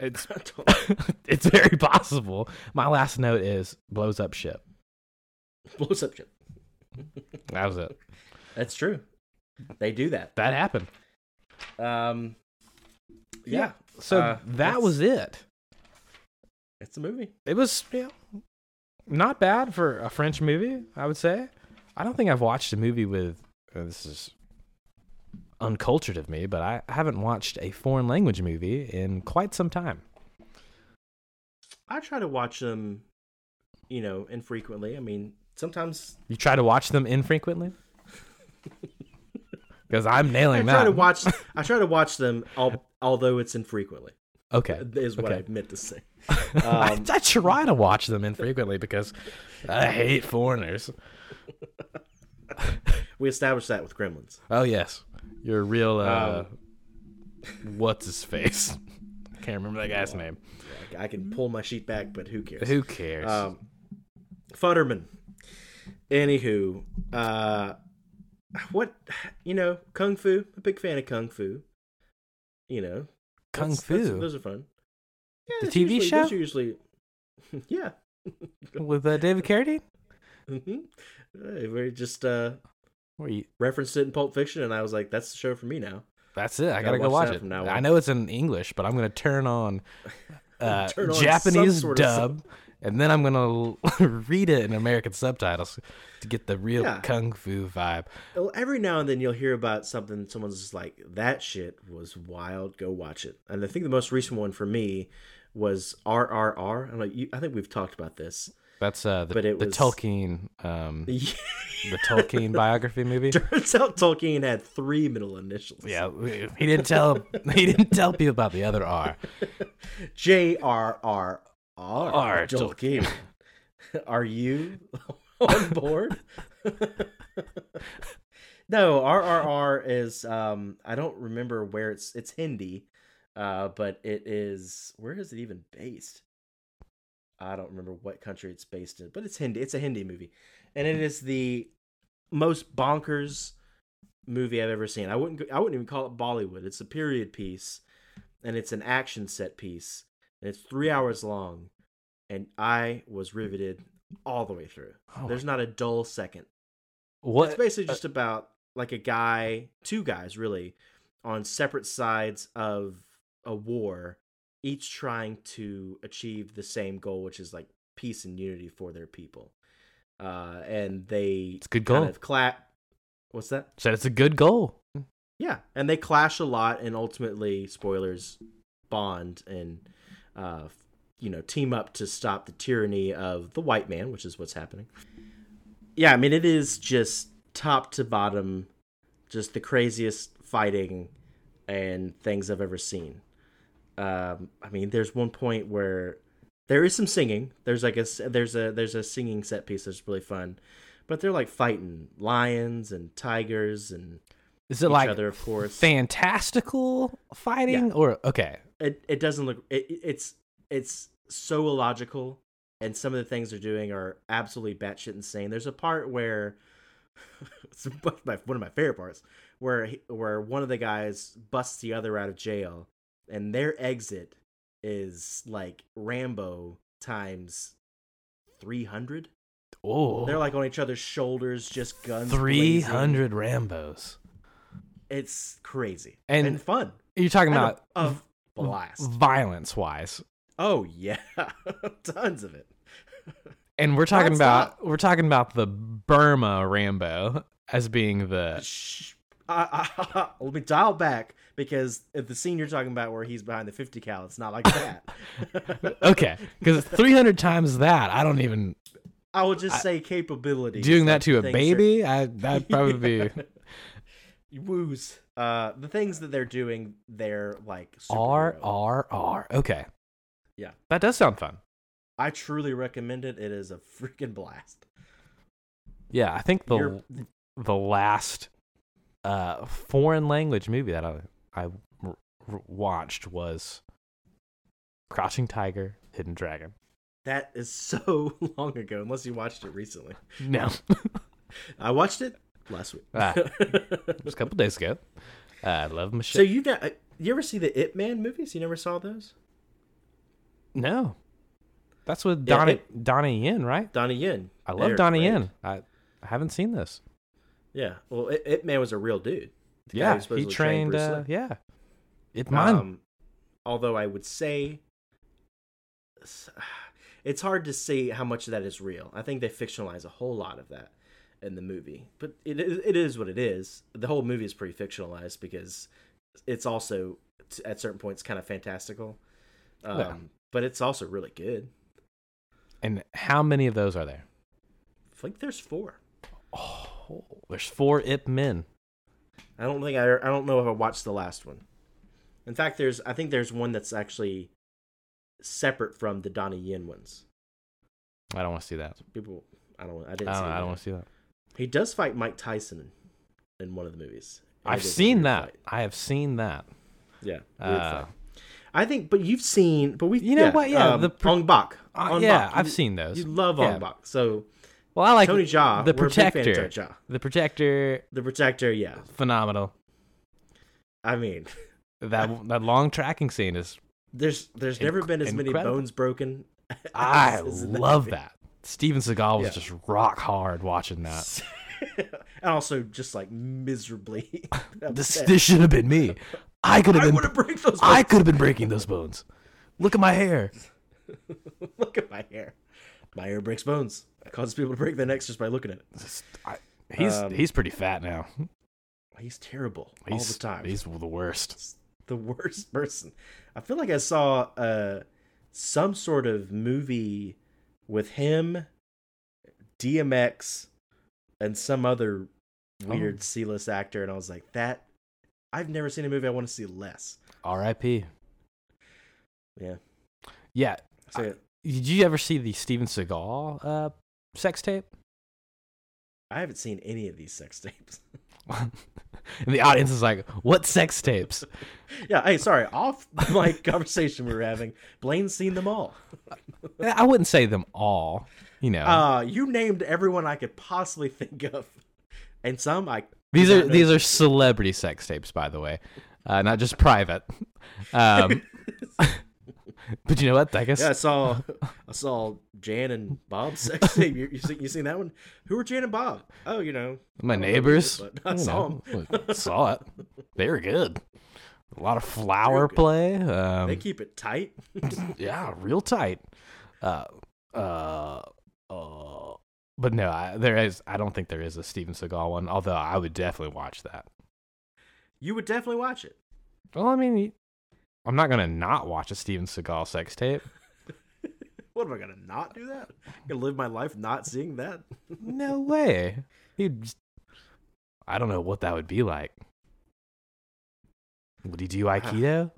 it's I don't- it's very possible. My last note is blows up ship. Blows up ship. That was it. That's true. They do that. That happened. Um, yeah, So Uh, that that's- was it. it's a movie. It was you know, not bad for a French movie, I would say. I don't think I've watched a movie with uh, this is uncultured of me, but I haven't watched a foreign language movie in quite some time. I try to watch them, you know, infrequently. I mean, sometimes You try to watch them infrequently? Because I'm I nailing that. try to watch. I try to watch them, al- although it's infrequently. okay. Is what Okay. I meant to say. Um, I, I try to watch them infrequently because I hate foreigners. We established that with Gremlins. Um, Oh yes, you're a real. Uh, what's his face? Can't remember that guy's name. I- I can pull my sheet back, but who cares? Who cares? Um, Futterman. Anywho, uh, what you know, kung fu. A big fan of kung fu. You know, Kung that's- Fu that's- those are fun. Yeah, The that's TV usually, show? that's usually, yeah. with uh, David Carradine. Mhm. Uh, We just uh, Where you? referenced it in Pulp Fiction, and I was like, "That's the show for me now." That's it. I Gotta gotta, go watch watch that it. from now I on. know it's in English, but I'm gonna turn on uh, Turn on some Japanese sort of dub, and then I'm gonna read it in American subtitles to get the real Yeah. kung fu vibe. Well, Every now and then, you'll hear about something. Someone's just like, "That shit was wild. Go watch it." And I think the most recent one for me was RRR. I'm like, you, I think we've talked about this. That's uh, the, But it the was- Tolkien, um, the Tolkien biography movie. Turns out Tolkien had three middle initials. Yeah, he didn't tell he didn't tell people about the other R. J.R.R.R. R. Tolkien. Are you on board? no, RRR is um I don't remember where it's it's Hindi, uh but it is where is it even based? I don't remember what country it's based in, but it's Hindi. It's a Hindi movie. And it is the most bonkers movie I've ever seen. I wouldn't I wouldn't even call it Bollywood. It's a period piece and it's an action set piece and it's 3 hours long and I was riveted all the way through. Oh. There's not a dull second. It's What? basically just about like a guy, two guys really, on separate sides of a war, each trying to achieve the same goal, which is like peace and unity for their people. Uh, and they It's a good kind goal. of cla- What's that? Said it's a good goal. Yeah, and they clash a lot, and ultimately, spoilers, bond and uh, you know team up to stop the tyranny of the white man, which is what's happening. Yeah, I mean it is just top to bottom, just the craziest fighting and things I've ever seen. Um, I mean, there's one point where there is some singing. There's like a s- there's a there's a singing set piece that's really fun, but they're like fighting lions and tigers and Is it Each like other, of course. fantastical fighting or okay? it it doesn't look it, it- it's it's so illogical and some of the things they're doing are absolutely batshit insane. There's a part where it's one of my, one of my favorite parts where he- where one of the guys busts the other out of jail and their exit is like Rambo times 300. Oh, They're like on each other's shoulders just guns three blazing. hundred Rambo's. It's crazy And- fun. You're talking And a- about a blast. violence wise, Oh yeah. Tons of it. and we're talking Nonstop. about we're talking about the Burma Rambo as being the Shh. I, I, let me dial back because if the scene you're talking about where he's behind the 50 cal, it's not like that. okay because three hundred times that I don't even I will just say capability. doing that to a Things baby. I that probably be That, woos. Uh, the things that they're doing, they're like R superhero. R R. Okay, Yeah. that does sound fun. I truly recommend it. It is a freaking blast. Yeah, I think the You're- the last uh, foreign language movie that I I r- r- watched was Crouching Tiger, Hidden Dragon. That is so long ago, unless you watched it recently. No, I watched it last week. Ah. just a couple days ago. Uh, I love my so shit. you got you ever see the It Man movies? You never saw those? no, that's with Yeah, Donnie Donnie Yen, right? Donnie Yen. I love They're Donnie great. Yen. I, I haven't seen this. Yeah. Well, it, it man was a real dude. The guy Yeah, who he supposedly trained. Bruce uh, Lee. yeah, it mine. Um, although I would say it's hard to see how much of that is real. I think they fictionalize a whole lot of that in the movie, but it is- it is what it is. The whole movie is pretty fictionalized because it's also t- at certain points kind of fantastical. Um, Yeah. But it's also really good. and how many of those are there? I think there's four. Oh, there's four Ip Men. I don't think I I don't know if I watched the last one. In fact, there's I think there's one that's actually separate from the Donnie Yen ones. I don't want to see that. People, I don't I I didn't don't, see. I that. don't want to see that. He does fight Mike Tyson in, in one of the movies. And it I've is a seen weird that. fight. I have seen that. Yeah, weird Uh, fight. I think, but you've seen, but we, You know what, yeah, um, the pr- Ong Bak. uh, Ong yeah, Bak. I've You- seen those. You love Yeah. Ong Bak, so Well, I like Tony Jaa, the we're a big fan of protector. Tony Jaa. The protector, the Protector. Yeah, phenomenal. I mean, That that long tracking scene is. there's there's never been as many incredible. bones broken. as- I as in that love movie. that. Steven Seagal was Yeah. just rock hard watching that. and also just like miserably. This upset. this should have been me. I could I have want been. to break those. I could have been breaking those bones. Look at my hair. bones. Look at my hair. My hair breaks bones. It causes people to break their necks just by looking at it. Just- I- he's Um, he's pretty fat now. He's terrible all He's the time. He's the worst. the worst person. I feel like I saw uh, some sort of movie with him, DMX, and some other weird Oh. C-list actor, and I was like, that. I've never seen a movie I want to see less. R.I.P. Yeah. Yeah. So, Did you ever see the Steven Seagal uh, sex tape? I haven't seen any of these sex tapes. and the audience is like, "What sex tapes?" Yeah, hey, sorry, off my conversation we were having, Blaine's seen them all. Eh, I wouldn't say them all, you know. Uh, you named everyone I could possibly think of, and some I these did are not know. these are celebrity sex tapes, by the way, uh, not just private. Um, but you know what? I guess Yeah, I saw I saw Jan and Bob sex tape. You, you, see, you seen that one? Who were Jan and Bob? Oh, you know, my I don't know who neighbors it is, but I you saw know, 'em. saw it. They were good. A lot of flower good. play. Um, They keep it tight. yeah, real tight. Uh, Uh, uh, but no, I, there is. I don't think there is a Steven Seagal one. Although I would definitely watch that. You would definitely watch it. Well, I mean, I'm not gonna not watch a Steven Seagal sex tape. What am I gonna not do that? I'm gonna live my life not seeing that? no way. He'd. Just, I don't know what that would be like. Would he Ah. do Aikido?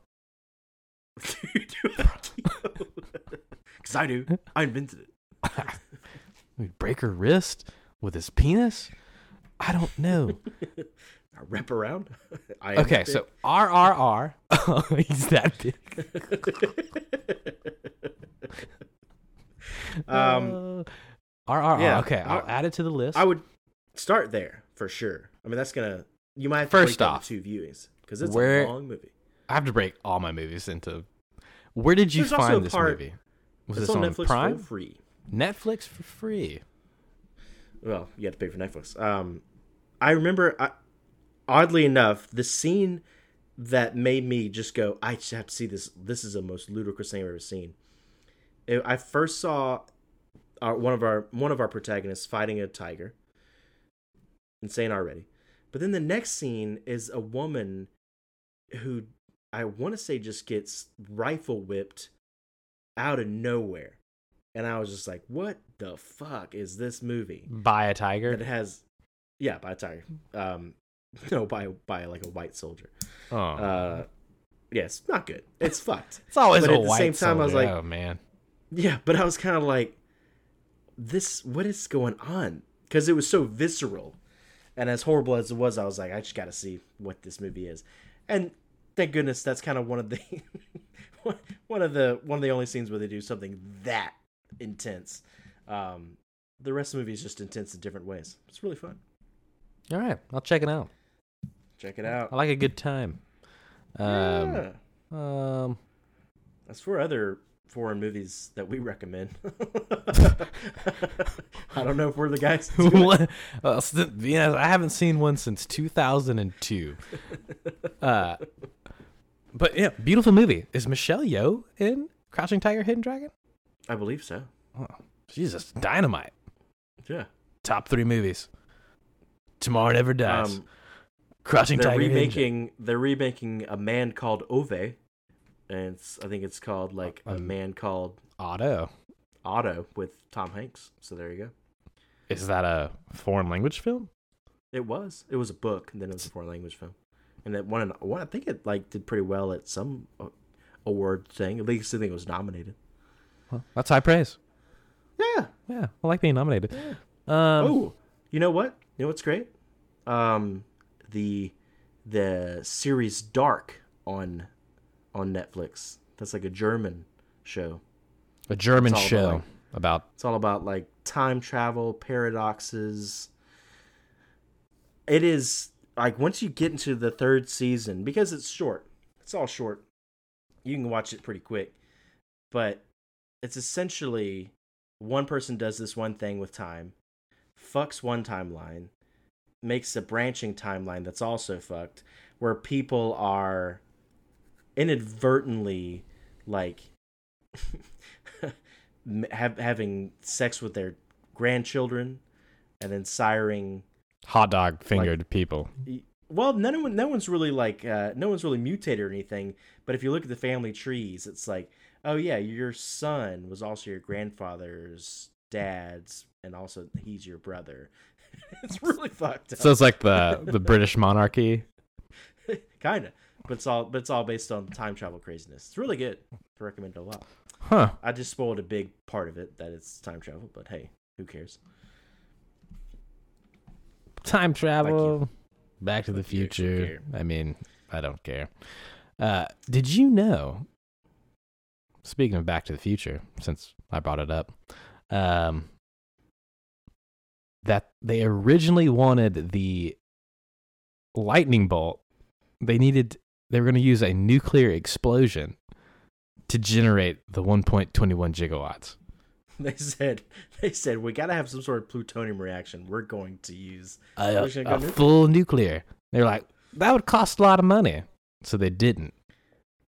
you do Aikido. Because I do. I invented it. He'd break her wrist with his penis? I don't know. I wrap around. I am okay, that so RRR. He's that big. big. um, Uh, RRR. yeah, okay, I'll I- add it to the list. I would start there for sure. I mean, that's gonna. You might have to First break up off, two viewings because it's where- a long movie. I have to break all my movies into. Where did you There's also a find this part- movie? Was it's this on, on Netflix Prime? for free. Netflix for free. well, you had to pay for Netflix. Um, I remember, I, oddly enough, the scene that made me just go, I just have to see this. This is the most ludicrous thing I've ever seen. It- I first saw our, one of our one of our protagonists fighting a tiger. Insane already, but then the next scene is a woman who I want to say just gets rifle whipped out of nowhere, and I was just like, "What the fuck is this movie?" Buy a tiger. that has yeah by a tiger um no by by like a white soldier Oh, uh yes not good it's fucked it's always but a at the white same time, I was soldier. like- oh man, yeah but i was kind of like this what is going on because it was so visceral and as horrible as it was i was like i just gotta see what this movie is and thank goodness that's kind of one of the one- one of the one of the only scenes where they do something that intense um the rest of the movie is just intense in different ways it's really fun all right, I'll check it out. check it out I like a good time. Oh, Um, Yeah. um, As for other foreign movies that we recommend, I don't know if we're the guys. to do it. well, uh, s- you know, I haven't seen one since 2002. Uh, but yeah, beautiful movie. Is Michelle Yeoh in Crouching Tiger, Hidden Dragon? I believe so. Oh, she's just dynamite. Yeah. Top three movies. Tomorrow Never Dies. Um, Crouching they're Tiger, Hidden Dragon. remaking. They're remaking a man called Ove, and it's, I think it's called like a Um, man called Otto. Otto with Tom Hanks. So there you go. Is that a foreign language film? It was. It was a book, and then it was a foreign language film, and that one. One, I think it like did pretty well at some uh, award thing. At least I think it was nominated. Well, that's high praise. Yeah. Yeah, I like being nominated. Um, oh, you know what? You know what's great? Um, the the series Dark on on Netflix. That's like a German show. a German It's all show about, about, like- It's all about like time travel paradoxes. It is like once you get into the third season because it's short. It's all short. You can watch it pretty quick. But it's essentially one person does this one thing with time, fucks one timeline, makes a branching timeline that's also fucked where people are inadvertently like m- have, having sex with their grandchildren and then siring hot dog fingered people. well none of, no one's really like uh, no one's really mutated or anything but if you look at the family trees it's like oh yeah your son was also your grandfather's dad's and also he's your brother it's really fucked up So it's like the the British monarchy. kind of but it's all but it's all based on time travel craziness it's really good i recommend it a lot Huh. i just spoiled a big part of it that it's time travel but hey who cares Time travel. Back to the Fuck you, who future. care? I mean, I don't care. Uh, did you know? Speaking of Back to the Future, since I brought it up, um, that they originally wanted the lightning bolt. They needed. They were going to use a nuclear explosion to generate the 1.21 gigawatts. They said, they said, we got to have some sort of plutonium reaction. We're going to use. a, We're just gonna a go nuclear. full nuclear. They're like, that would cost a lot of money. So they didn't.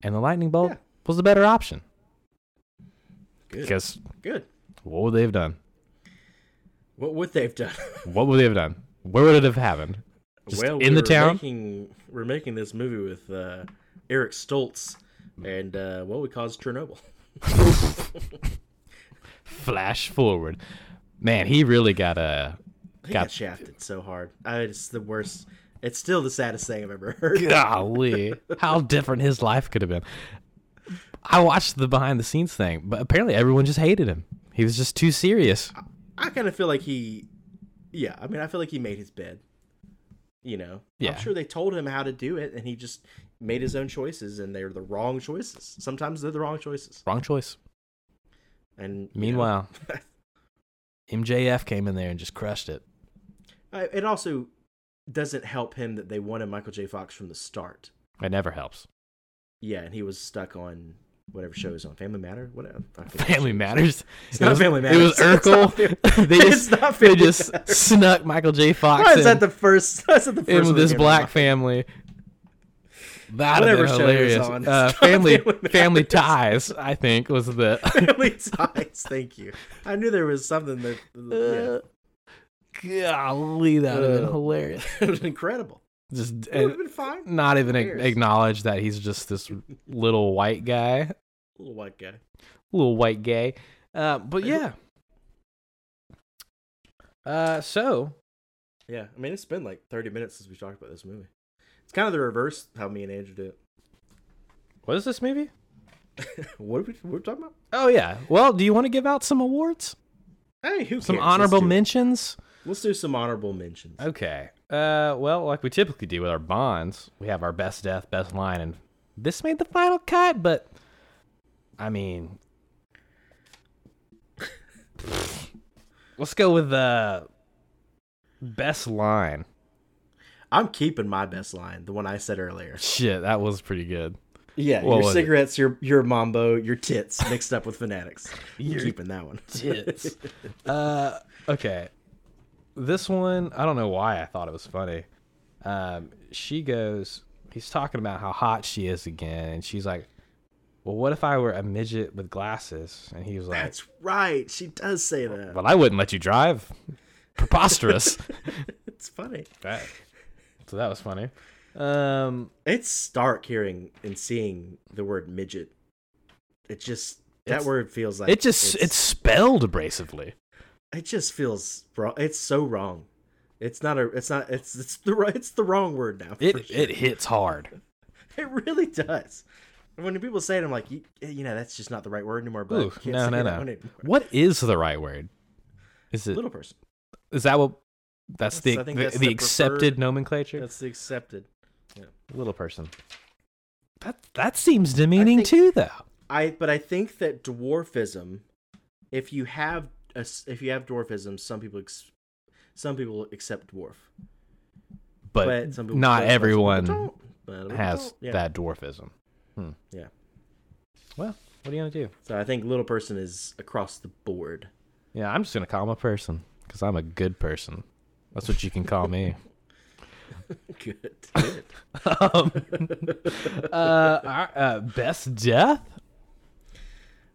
And the lightning bolt Yeah. was the better option Good. because Good. what would they have done? What would they've done? What would they have done? Where would it have happened? Just in we're the town? Making, we're making this movie with uh, Eric Stoltz and uh, well, we caused Chernobyl. Flash forward, man. He really got a. He Got- got shafted so hard. I, it's the worst. It's still the saddest thing I've ever heard. Golly, how different his life could have been. I watched the behind the scenes thing, but apparently everyone just hated him. He was just too serious. I kind of feel like he, yeah. I mean, I feel like he made his bed. You know, Yeah. I'm sure they told him how to do it, and he just made his own choices, and they're the wrong choices. Sometimes they're the wrong choices. Wrong choice. And you know, Meanwhile, MJF came in there and just crushed it. I- it also doesn't help him that they wanted Michael J. Fox from the start. It never helps. Yeah, and he was stuck on whatever show is on Family Matter. Whatever. Family matters. It's not it was, Family Matters. It was It's not Fam- Urkel. they It's just, not they Family just Matters. snuck Michael J. Fox Why in, is that the first? Why is that the first? in one with that this came to black mind? family. That would have Whatever been show it was hilarious. on, it's Uh, not family Family family Matters. ties, I think, was the Family ties. Thank you. I knew there was something that. Uh. Yeah. Golly, that would have been Uh. hilarious. it was incredible. Just It would have and been fine. not even ac- cares? acknowledge that he's just this little white guy, Little white guy. little white gay. Uh, but yeah. Uh, so Yeah, I mean, it's been like 30 minutes since we talked about this movie. It's kind of the reverse how me and Andrew did it. what is this movie? What are we, what are we talking about? Oh yeah. Well, do you want to give out some awards? Hey, who Some cares? Let's honorable do it. mentions? Let's do some honorable mentions. Okay. Uh, well, like we typically do with our bonds, we have our best death, best line, and this made the final cut. But I mean, let's go with uh, best line. I'm keeping my best line, the one I said earlier. Shit, that was pretty good. Yeah, What your was it? cigarettes, your your mambo, your tits mixed up with fanatics. Your You're keeping that one. Tits. uh, okay. This one, I don't know why I thought it was funny. Um, she goes, he's talking about how hot she is again, and she's like, "Well, what if I were a midget with glasses?" And he was like, That's right. She does say that. "Well, I wouldn't let you drive. Preposterous." It's funny. That- so that was funny. Um, It's stark hearing and seeing the word midget. It just that It's- word feels like it just it's, spelled abrasively. it just feels wrong. It's so wrong. It's not a. It's not. It's it's the ri- it's the wrong word now. It for sure. it hits hard. It really does. When people say it, I'm like, you, you know, that's just not the right word anymore. But Ooh, I can't no, say no, that one no. anymore. What is the right word? Is it Little person. Is that what? That's the That's- I think the, that's the, the accepted preferred- nomenclature. That's the accepted. Little person. That that seems demeaning too, though. I but I think that dwarfism, if you have a s if you have dwarfism, some people ex, some people accept dwarf, But, but some people don't, not some people everyone don't, but other people has don't. Yeah. that dwarfism. Hmm. Yeah. Well, what are you gonna do? So I think little person is across the board. Yeah, I'm just gonna call him a person because I'm a good person. That's what you can call me. Good. Good. um, uh, our, uh, best death.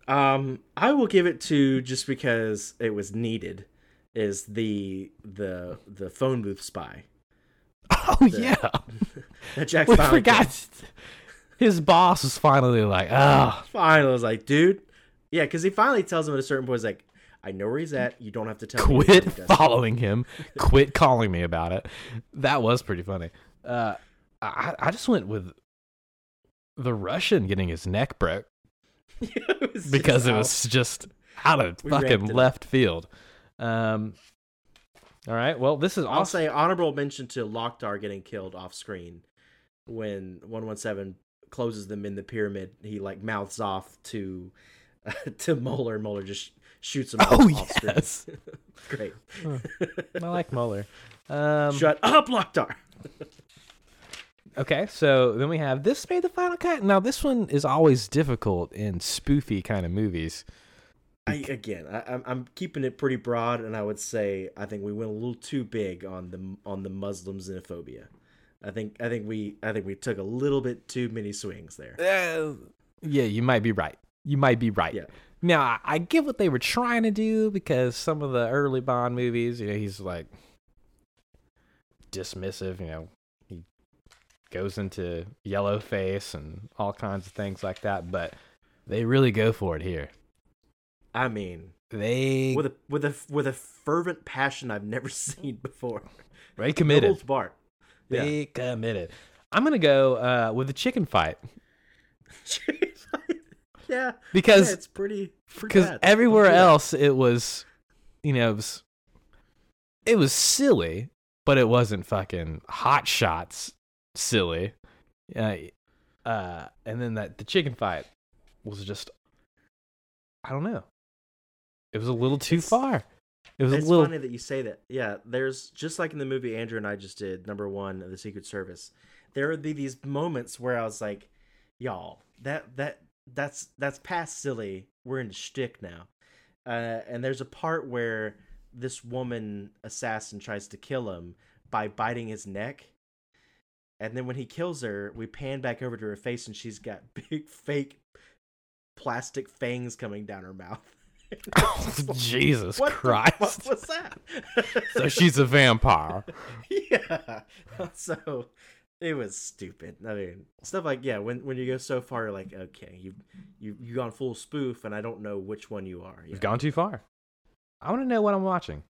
Um, I will give it to just because it was needed. Is the the the phone booth spy Oh yeah, that Jack we finally forgot. His boss was finally like, "Ah, Finally, I was like, dude, yeah, because he finally tells him at a certain point, he's like, I know where he's at. You don't have to tell me. quit He does. following him, quit calling me about it. That was pretty funny. Uh, I, I just went with the Russian getting his neck broke It was just because it out. was just out of We wrapped fucking it up. left field. Um, all right. Well, this is I'll also say honorable mention to Lockdar getting killed off screen when 117 closes them in the pyramid. He like mouths off to to Moeller, and Moeller just shoots him. Oh off screen. yes, great. I like Mueller. Um, Shut up, Lockdar. Okay, so then we have this made the final cut. Now this one is always difficult in spoofy kind of movies. I, again, I, I'm- I'm keeping it pretty broad, and I would say I think we went a little too big on the on the Muslim xenophobia. I think I think we I think we took a little bit too many swings there. Uh, yeah, you might be right. You might be right. Yeah. Now I, I get what they were trying to do because some of the early Bond movies, you know, he's like dismissive. You know, he goes into yellow face and all kinds of things like that. But they really go for it here. I mean, They with a with a with a fervent passion I've never seen before. they No committed. holds barred. Yeah. They committed. I'm gonna go uh, with the chicken fight Jeez, yeah, yeah, because it's pretty pretty because bad. everywhere Yeah. else it was, you know, it was, it was silly, but it wasn't fucking hot shots silly. Uh, uh, and then that the chicken fight was just, I don't know, it was a little too It's- far. It was a It's little. funny that you say that. Yeah, there's just like in the movie Andrew and I just did, number one of the Secret Service. There would be these moments where I was like, "Y'all, that that that's that's past silly. We're in shtick now." Uh, and there's a part where this woman assassin tries to kill him by biting his neck. And then when he kills her, we pan back over to her face, and she's got big fake plastic fangs coming down her mouth. Jesus What Christ! The fuck was that? so she's a vampire. yeah. So it was stupid. I mean, stuff like yeah, when when you go so far, like okay, you you you gone full spoof, and I don't know which one you are. Yeah. We've gone too far. I want to know what I'm watching.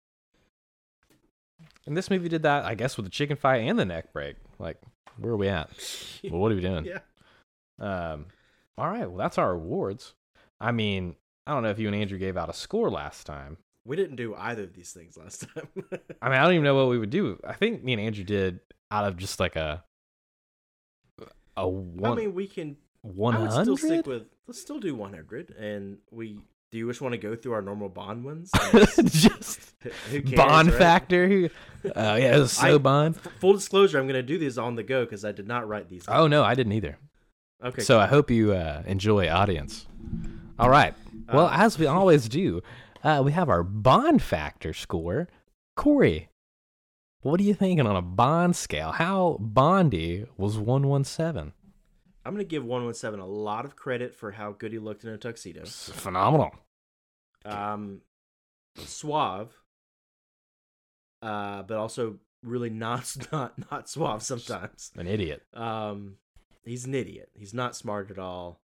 And this movie did that, I guess, with the chicken fight and the neck break. Like, where are we at? Well, what are we doing? yeah. Um, all right. Well, that's our awards. I mean, I don't know if you and Andrew gave out a score last time. We didn't do either of these things last time. I mean, I don't even know what we would do. I think me and Andrew did out of just like a a I one mean, we can. one I would still hundred. stick with. Let's still do 100, and we. Do you just want to go through our normal Bond ones? I mean, just who cares, Bond right? factor. Who? Oh yeah, it was so I- Bond. F- Full disclosure: I'm going to do these on the go because I did not write these. Oh no, I didn't either. okay. So I hope you uh, enjoy, audience. All right. Well, Uh, as we always do, uh, we have our bond factor score. Corey, what are you thinking on a bond scale? How bondy was 117? I'm going to give 117 a lot of credit for how good he looked in a tuxedo. Phenomenal. um, suave, uh, but also really not not not suave sometimes. An idiot. Um, he's an idiot. He's not smart at all.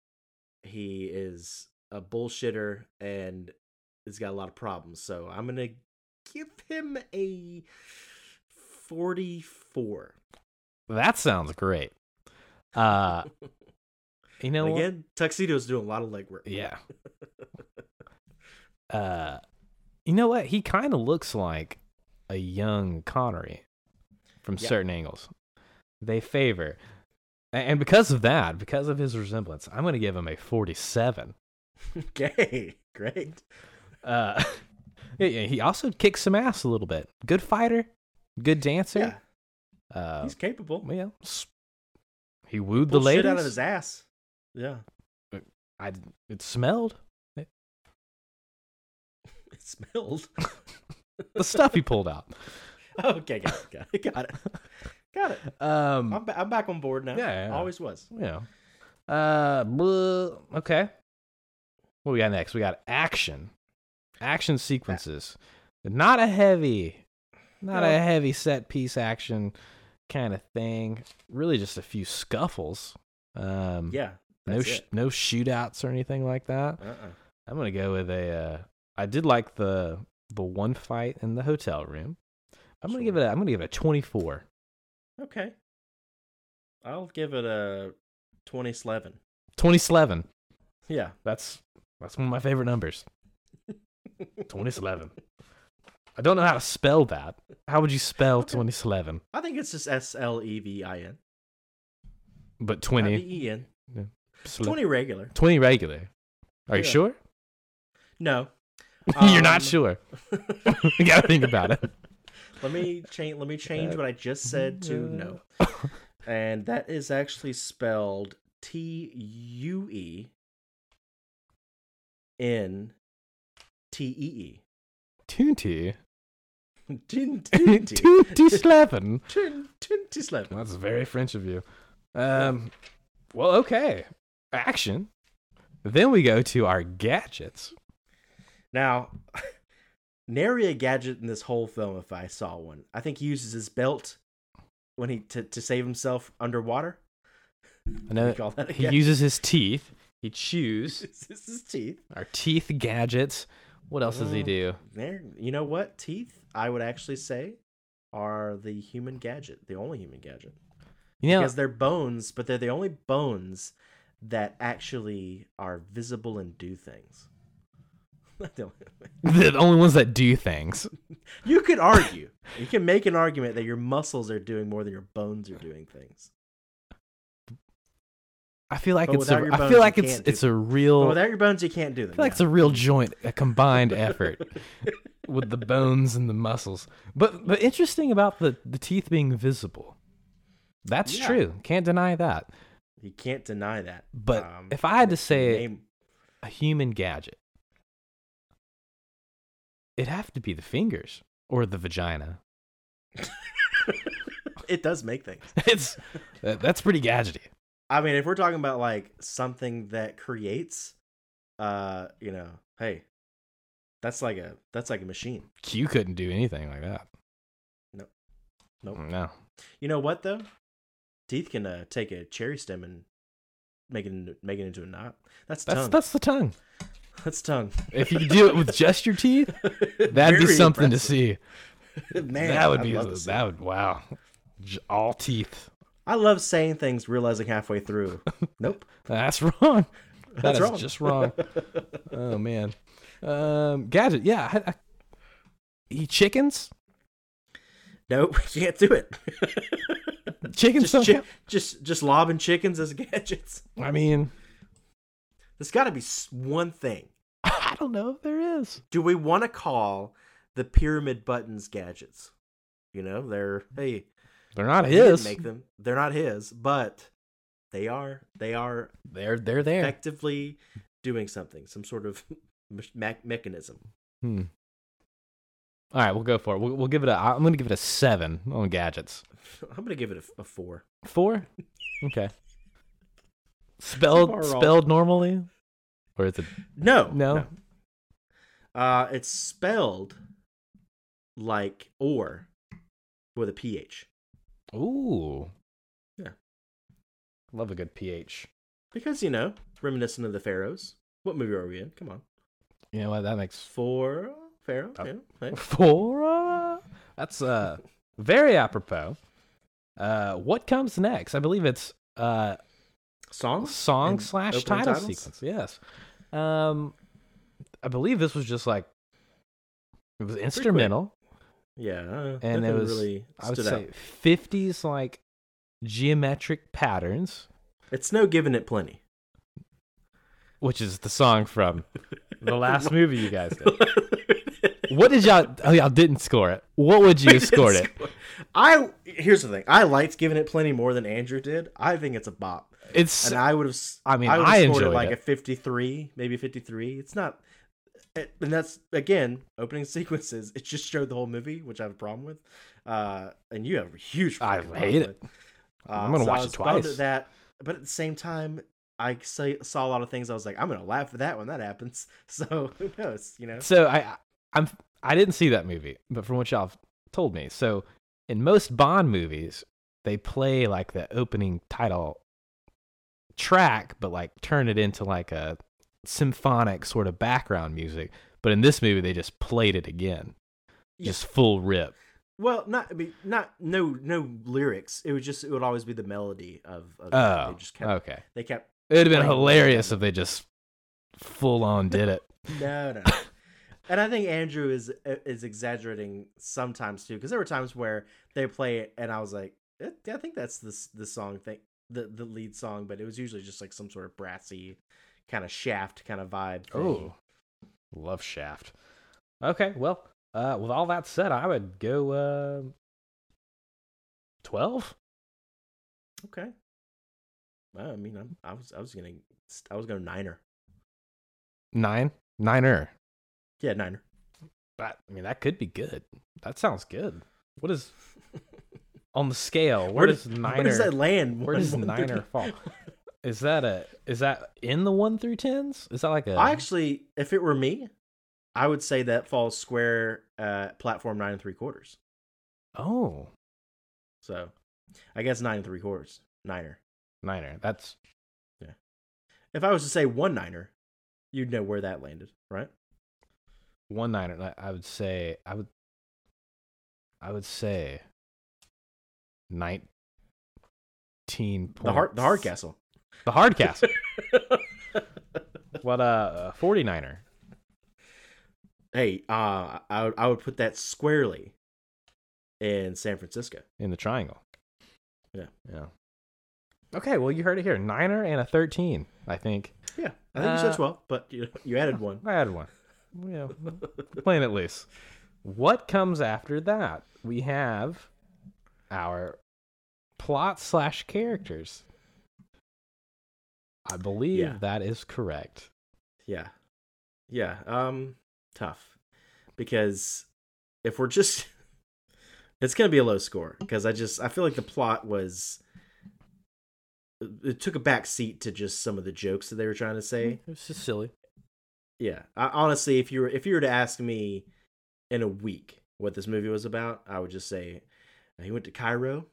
He is a bullshitter, and he's got a lot of problems. So I'm gonna give him a forty-four. That sounds great. Uh, you know what? Again, tuxedo's doing a lot of legwork. Yeah. uh, you know what? He kind of looks like a young Connery from Yeah. certain angles. They favor. A- And because of that, because of his resemblance, I'm going to give him a 47. okay, great. Uh, yeah, yeah, he also kicks some ass a little bit. Good fighter, good dancer. Yeah. Uh, he's capable. well, s- he wooed the Pulled ladies. shit out of his ass. Yeah, I, it smelled. it smelled. The stuff he pulled out. Okay, got it. Got it. Got it. Got it. Um, I'm, ba- I'm back on board now. Yeah, yeah. Always was. Yeah. Uh, bleh, okay. What we got next? We got action, action sequences. Not a heavy, not a No. heavy set piece action kind of thing. Really, just a few scuffles. Um, Yeah. No, that's sh- it. no shootouts or anything like that. Uh-uh. I'm gonna go with a. Uh, I did like the the one fight in the hotel room. I'm gonna Sure. give it. A, I'm gonna give it a 24. Okay. I'll give it a 2011. 27. Yeah. That's that's one of my favorite numbers. 2011. I don't know how to spell that. How would you spell 2011? I think it's just S L E V I N. But not 20 the E N. sle- 20 regular. 20 regular. Are you Yeah. sure? No. You're not Um, sure. you got to think about it. Let me change let me change what I just said to no. And that is actually spelled T U E N T E E. 20. Tin- tin- tin- 2011. tin- tin- tin- slap. That's very French of you. Um well, okay. Action. Then we go to our gadgets. Now, nary a gadget in this whole film, if I saw one. I think he uses his belt when he to, to save himself underwater. I know We call that a he gadget. uses his teeth. He chews This is his teeth. our teeth gadgets. What else does he Mm. do? There, you know what? Teeth, I would actually say, are the human gadget, the only human gadget, You know, because they're bones, but they're the only bones that actually are visible and do things. they're the only ones that do things. you could argue, you can make an argument that your muscles are doing more than your bones are doing things. I feel like But it's a, without your I bones, feel like you it's can't do it's a But real I without your bones, you can't do them. feel like yeah. it's a real joint, a combined effort with the bones and the muscles. But but interesting about the the teeth being visible. That's Yeah. true. Can't deny that. You can't deny that. Um, But if I had to say it- name- A human gadget. It'd have to be the fingers or the vagina. it does make things. It's that, that's pretty gadgety. I mean, if we're talking about like something that creates, uh, you know, hey, that's like a that's like a machine. Q couldn't do anything like that. Nope. Nope. No. You know what though? Teeth can uh, take a cherry stem and make it into, make it into a knot. That's That's tongue. That's, that's the tongue. tongue. If you could do it with just your teeth, that'd be Very something impressive. to see. Man, that would I'd be love to see that would wow. J- All teeth. I love saying things, realizing halfway through. nope. That's wrong. That's That's wrong. just wrong. oh man. Um, gadget. Yeah. I, I, eat chickens. Nope. Can't do it. Chickens. just, don't chi- just just lobbing chickens as gadgets. count? I mean, There's got to be s- one thing. I don't know if there is. do we want to call the pyramid buttons gadgets? You know, they're hey, They're not he didn't his. make them. They're not his, but they are they are They're they're there. effectively doing something, some sort of me- mechanism. Hmm. All right, we'll go for it. We'll, we'll give it a. I'm going to give it a seven on gadgets. I'm gonna give it a, a four. Four. Okay. Spelled far off. spelled normally, or is it No, no? no. Uh, it's spelled like or with a ph Ooh. Yeah. Love a good pH. because you know, reminiscent of the pharaohs. What movie are we in? Come on, You know what? That makes four pharaoh. Oh. Yeah, hey. four. uh, That's uh very apropos. Uh, what comes next? I believe it's uh Songs? song And slash opening title titles? sequence. Yes. Um, I believe this was just like it was instrumental. Yeah, uh, And and there it was- really I would stood say out. fifties like geometric patterns, It's no giving it plenty. which is the song from the last movie you guys did. What did y'all? Oh, y'all didn't score it. What would you have scored it? I here's the thing. I liked giving it plenty more than Andrew did. I think it's a bop, It's and I would have. I mean, I, would I have scored it enjoyed like it. a fifty-three, maybe fifty-three. It's not, it, and that's again opening sequences. It just showed the whole movie, which I have a problem with. Uh, and you have a huge. I fucking hate problem it. with. Uh, I'm gonna so watch I it was bummed at twice. That, but at the same time, I say, saw a lot of things. I was like, I'm gonna laugh at that when that happens. So who knows? You know, so I I'm I didn't see that movie, but from what y'all have told me, so in most Bond movies, they play like the opening title track, but like turn it into like a symphonic sort of background music. But in this movie, they just played it again, Yeah. just full rip. well, not I mean, not no no lyrics. It would just it would always be the melody of. of it. Oh, they just kept okay. they kept It'd have been playing it hilarious again. if they just full on did it. no no. no. And I think Andrew is is exaggerating sometimes too, because there were times where they play it, and I was like, "Eh, I think that's this the song thing, the the lead song, but it was usually just like some sort of brassy, kind of shaft kind of vibe. thing. Oh, love Shaft. Okay, well, uh, with all that said, I would go uh, twelve. Okay. Well, I mean, I'm, I was I was gonna I was gonna niner. Nine, niner. Yeah, niner. But I mean, that could be good. That sounds good. What is on the scale? Where, does niner? Where does that land? where One- does one through- niner fall? Is that a is that in the one through tens? Is that like a I actually, if it were me, I would say that falls square uh, platform nine and three quarters. oh So I guess nine and three quarters, niner. niner? That's If I was to say one niner, you'd know where that landed, right? one niner. I- I would say I would I would say nineteen. The hard, the hard points. castle. The hard cast. what uh, a 49er. Hey, uh, I would- I would put that squarely in San Francisco. in the triangle. Yeah. Yeah. Okay, well you heard it here. Niner and a thirteen, I think. Yeah, I think you said Uh, twelve, but you you added one. I had one. Yeah. Playing it loose. What comes after that? We have our plot slash characters. I believe Yeah. that is correct. Yeah. Yeah. Um tough. Because if we're just it's going to be a low score because I just I feel like the plot was it took a back seat to just some of the jokes that they were trying to say. It's just silly. Yeah. I, honestly, if you were if you were to ask me in a week what this movie was about, I would just say he went to Cairo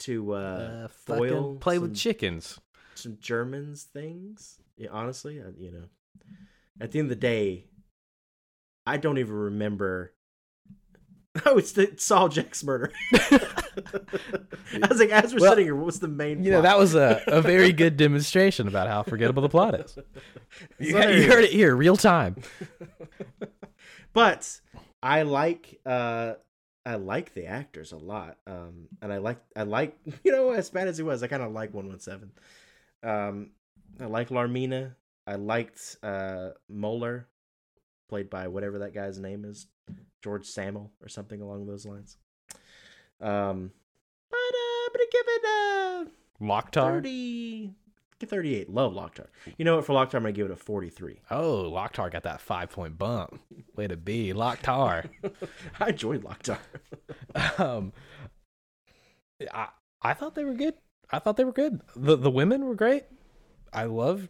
to uh, foil play with some- chickens. some Germans things. Yeah, honestly, I, you know, at the end of the day, I don't even remember. Oh, it's the Saul Jack's murder. I was like, as we're Well, sitting here, what's the main? You know, that plot? was a, a very good demonstration about how forgettable the plot is. You, So there you you heard it here, real time. But I like, uh, I like the actors a lot, um, and I like, I like, you know, as bad as he was, I kind of like One One Seven. Um, I like Larmina. I liked uh, Moeller, played by whatever that guy's name is, George Samuel or something along those lines. Um, but uh, but I give it a Locktar. thirty. give Thirty-eight. Love Locktar. You know what? For Locktar, I'm gonna give it a forty-three. Oh, Locktar got that five point bump. Way to be, Locktar. I enjoyed Locktar. um, I I thought they were good. I thought they were good. the The women were great. I love.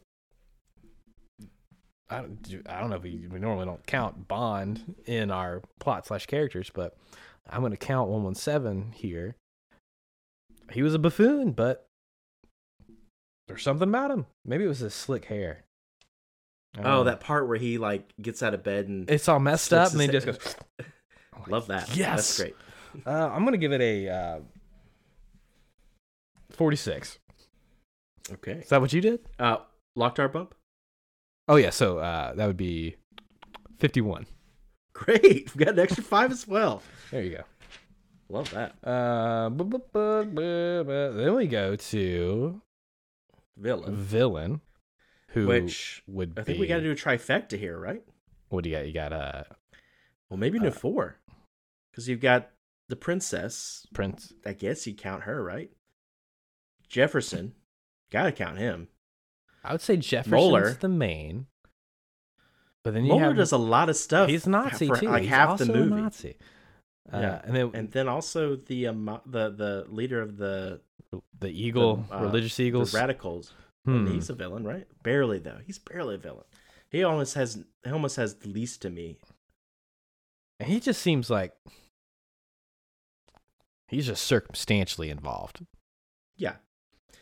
I don't. do- I don't know if we, we normally don't count Bond in our plot slash characters, but I'm going to count one one seven here. He was a buffoon, but there's something about him. Maybe it was his slick hair. I don't Oh, know. that part where he like gets out of bed and Um, it's all messed Slicks up, and his then he just hair. goes. I'm like, love that. Yes! that's great. Uh, I'm gonna give it a uh, 46. Okay. Is that what you did? Uh, Locktar bump. Oh yeah, so uh, that would be 51. Great. We got an extra five as well. There you Love that. go. Uh, bu- bu- bu- bu- bu- then we go to Villain. villain, who Which would I think be, we got to do a trifecta here, right? What do you got? You got uh, Well, maybe no four, because you've got the princess. Prince. I guess you count her, right? Jefferson, gotta count him. I would say Jefferson's Moeller. the main, but then you Mueller have does a lot of stuff. he's Nazi for, too. Like he's half also the movie, Nazi. Uh, Yeah. and then and then also the um, the the leader of the, the eagle, uh, religious the eagles. radicals. Hmm. He's a villain, right? Barely though. He's barely a villain. He almost has he almost has the least to me. And he just seems like he's just circumstantially involved. Yeah.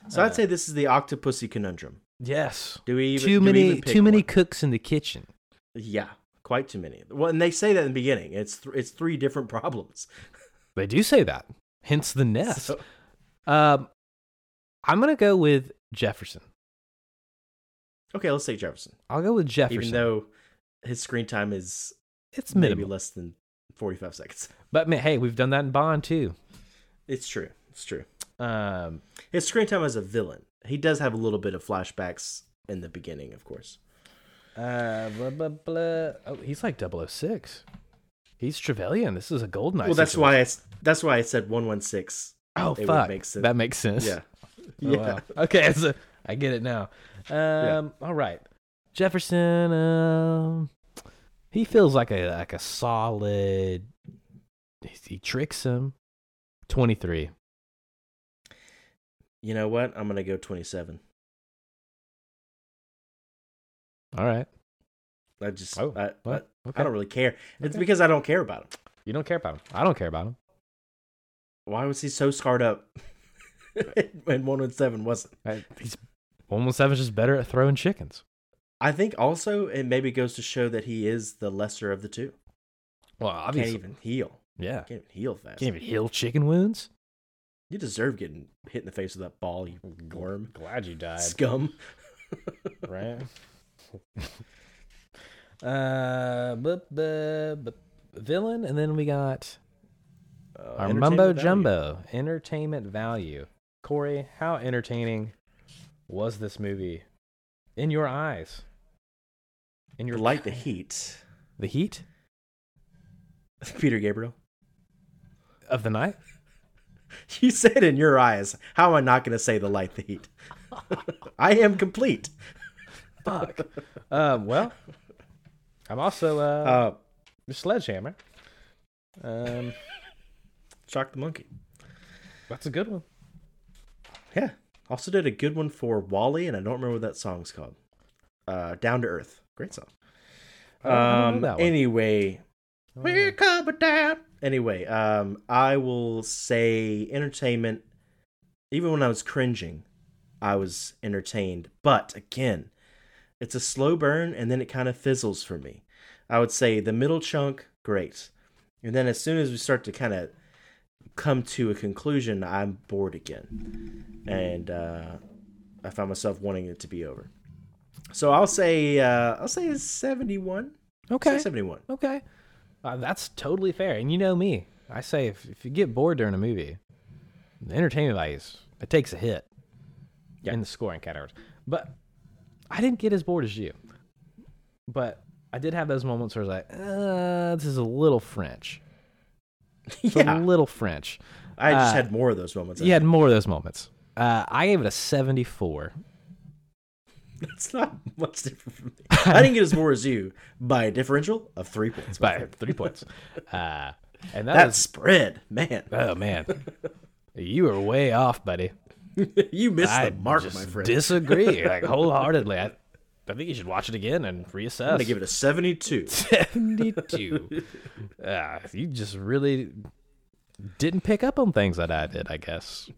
So I'd say this is the octopussy conundrum. yes. Do we even, Uh. too do we many even pick too many one? cooks in the kitchen. Yeah, quite too many. Well, and they say that in the beginning. It's th- it's three different problems. They do say that. Hence the nest. So- Um I'm gonna go with Jefferson. okay, let's say Jefferson, I'll go with Jefferson. even though his screen time is it's maybe minimal. less than forty-five seconds. But man, hey, we've done that in Bond too. It's true. It's true. Um His screen time as a villain. He does have a little bit of flashbacks in the beginning, of course. uh blah blah blah. Oh, he's like 006. He's Trevelyan. This is a golden well, that's why I s- that's why I said one one six. Oh it would fuck. make sense. That makes sense. Yeah. Oh, yeah. wow. Okay, so I get it now. Um, All right, Jefferson. Um, he feels like a like a solid. He tricks him. Twenty three. You know what? I'm gonna go twenty-seven. All right. I just Oh, I, I, what? I don't really care. It's Okay. because I don't care about him. You don't care about him. I don't care about him. Why was he so scarred up? and one one seven wasn't. I, he's almost seven's just better at throwing chickens. I think also it maybe goes to show that he is the lesser of the two. Well, obviously, Can't even heal. yeah. Can't even heal fast. Can't even heal chicken wounds. You deserve getting hit in the face with that ball, you worm Glad you died. scum. right? uh, bu- bu- bu- villain, and then we got Uh, our entertainment mumbo value. jumbo entertainment value. Corey, how entertaining was this movie in your eyes? In your Like the heat, the heat Peter Gabriel. of the night. You said in your eyes. How am I not going to say the light, the heat? I am complete. Fuck. um, well, I'm also uh, Uh, sledgehammer. Um, Shock the monkey. that's a good one. Yeah. Also did a good one for Wally, and I don't remember what that song's called. Uh, Down to Earth. Great song. I don't- I don't know Um, that one. anyway, Mm. I don't we're coming down. Anyway, um, I will say entertainment. Even when I was cringing, I was entertained. But again, it's a slow burn, and then it kind of fizzles for me. I would say the middle chunk, great, and then as soon as we start to kind of come to a conclusion, I'm bored again, and uh, I found myself wanting it to be over. So I'll say uh, I'll say it's seventy-one. Okay. Say seventy-one. Okay. Uh, that's totally fair. And you know me. I say if, if you get bored during a movie, the entertainment value, is- it takes a hit Yeah. in the scoring categories. But I didn't get as bored as you. But I did have those moments where I was like, uh, this is a little French. It's yeah. a little French. I just Uh, had more of those moments. You had more of those moments. Uh, I gave it a 74. It's not much different from me. I didn't get as more as you by a differential of three points. my by friend. three points. Uh, and that That was, spread, man. oh man, you were way off, buddy. you missed I the mark, just my friend. disagree like wholeheartedly. I, I think you should watch it again and reassess. I'm gonna give it a 72. 72. Ah, you just really didn't pick up on things that I did, I guess.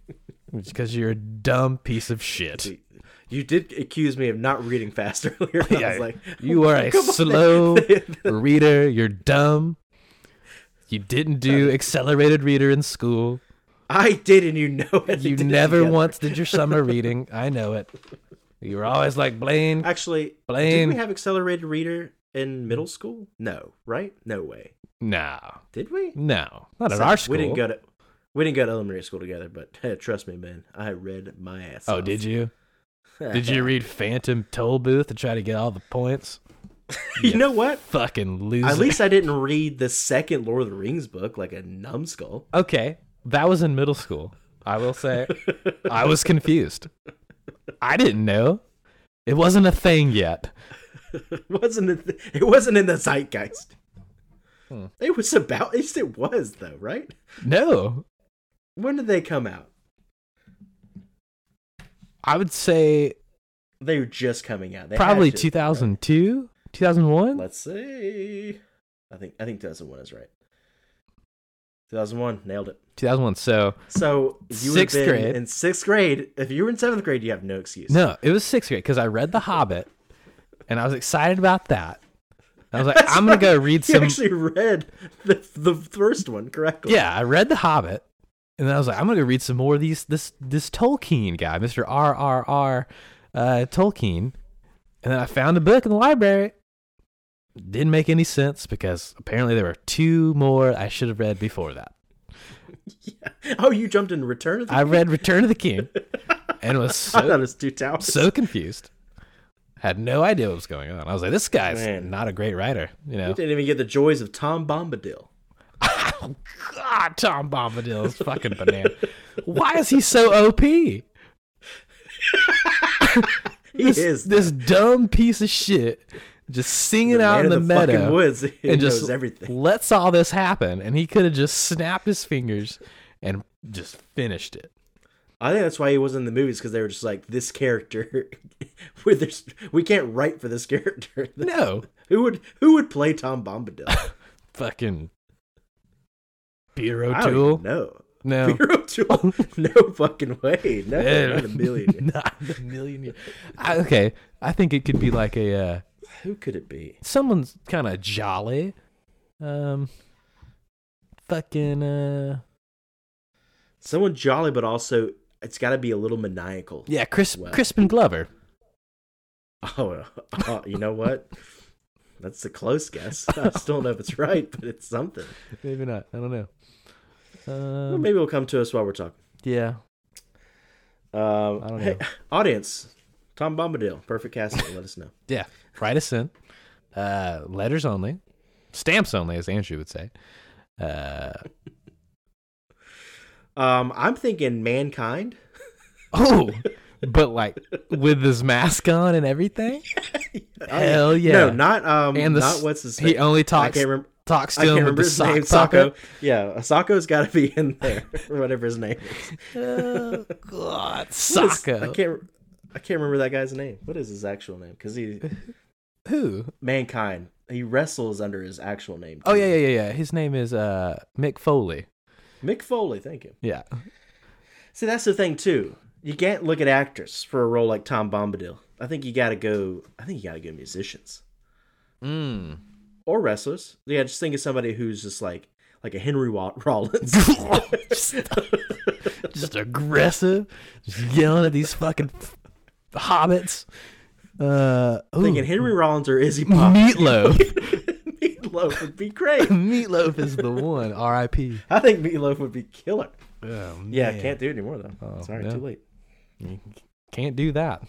Because you're a dumb piece of shit. You did accuse me of not reading fast earlier. I was like, you are a slow reader. You're dumb. You didn't do accelerated reader in school. I did, and you know it. You Did it never together. once did your summer reading. I know it. You were always like Blaine. Actually, did Blaine. we have accelerated reader in middle school? No, right? No way. No, Did we? no, not at So, our school. We didn't go to. We didn't go to elementary school together, but trust me, man, I read my ass. oh, did you? Did you read Phantom Toll Booth to try to get all the points? you know what? Fucking loser. At least I didn't read the second Lord of the Rings book like a numbskull. okay, that was in middle school. I will say, I was confused. I didn't know. It wasn't a thing yet. It wasn't it, it wasn't in the zeitgeist. Hmm. It was about at least it was though, right? No, When did they come out? I would say They were just coming out. They had probably to, 2002, 2001. right? Let's see. I think I think 2001 is right. 2001 nailed it. 2001. So So if you would have Sixth been grade. in sixth grade. If you were in seventh grade, you have no excuse. no, it was sixth grade because I read The Hobbit, and I was excited about that. I was like, I'm gonna go read You some. actually read the the first one correctly. Yeah, I read The Hobbit, and then I was like, I'm gonna go read some more of these this this Tolkien guy, Mr. R R R uh, Tolkien, and then I found a book in the library. Didn't make any sense because apparently there were two more I should have read before that. Oh, you jumped in Return of the I read Return of the King, and was I thought it so was two towers. so confused. Had no idea what was going on. I was like, this guy's Man. not a great writer, you know. You didn't even get the joys of Tom Bombadil. Oh God, Tom Bombadil is fucking banana. Why is he so OP? He this, is, this dumb piece of shit just singing out in the, man of meadow fucking woods. He and knows just everything. lets all this happen, and he could have just snapped his fingers and just finished it. I think that's why he wasn't in the movies because they were just like this character. where there's, we can't write for this character. No, who would who would play Tom Bombadil? fucking Peter I don't O'Toole. even know. No, Peter O'Toole? No fucking way. No, Yeah. not a million. not a million. years. I, okay, I think it could be like a uh, Who could it be? someone's kind of jolly. Um, fucking uh, Someone jolly, but also it's got to be a little maniacal. yeah, Chris Well. Crispin Glover. Oh, oh, you know what? That's a close guess. I still don't know if it's right, but it's something. Maybe not. I don't know. Well, Um, maybe it'll come to us while we're talking. yeah, Um, I don't hey, know. audience, Tom Bombadil, perfect casting. Let us know. yeah. Write us in. Uh, letters only, stamps only, as Andrew would say. Uh, Um, I'm thinking mankind. oh, but like with his mask on and everything. Hell yeah! No, not um, and the not s- what's his he only I talks can't remember. talks I to can't him with remember the his sock name. Socko. pocket. Yeah, Socko's got to be in there, or whatever his name is. Oh, God, What is- I Socko. can't. I can't remember that guy's name. What is his actual name? Because he Who? mankind. He wrestles under his actual name. Oh too. yeah, yeah, yeah, yeah. His name is uh Mick Foley. Mick Foley. Thank you. Yeah. See, that's the thing too. You can't look at actors for a role like Tom Bombadil. I think you got to go. I think you got to go musicians Mm. or wrestlers. Yeah, just think of somebody who's just like like a Henry Wa- Rollins. just, just aggressive, just yelling at these fucking hobbits. Uh, ooh, Thinking Henry Rollins or Izzy Pop. meatloaf. Meatloaf would be great. meatloaf is the one. R.I.P. I think Meatloaf would be killer. Oh, Yeah, man. can't do it anymore though. Oh, Sorry, yeah. too late. can't do that.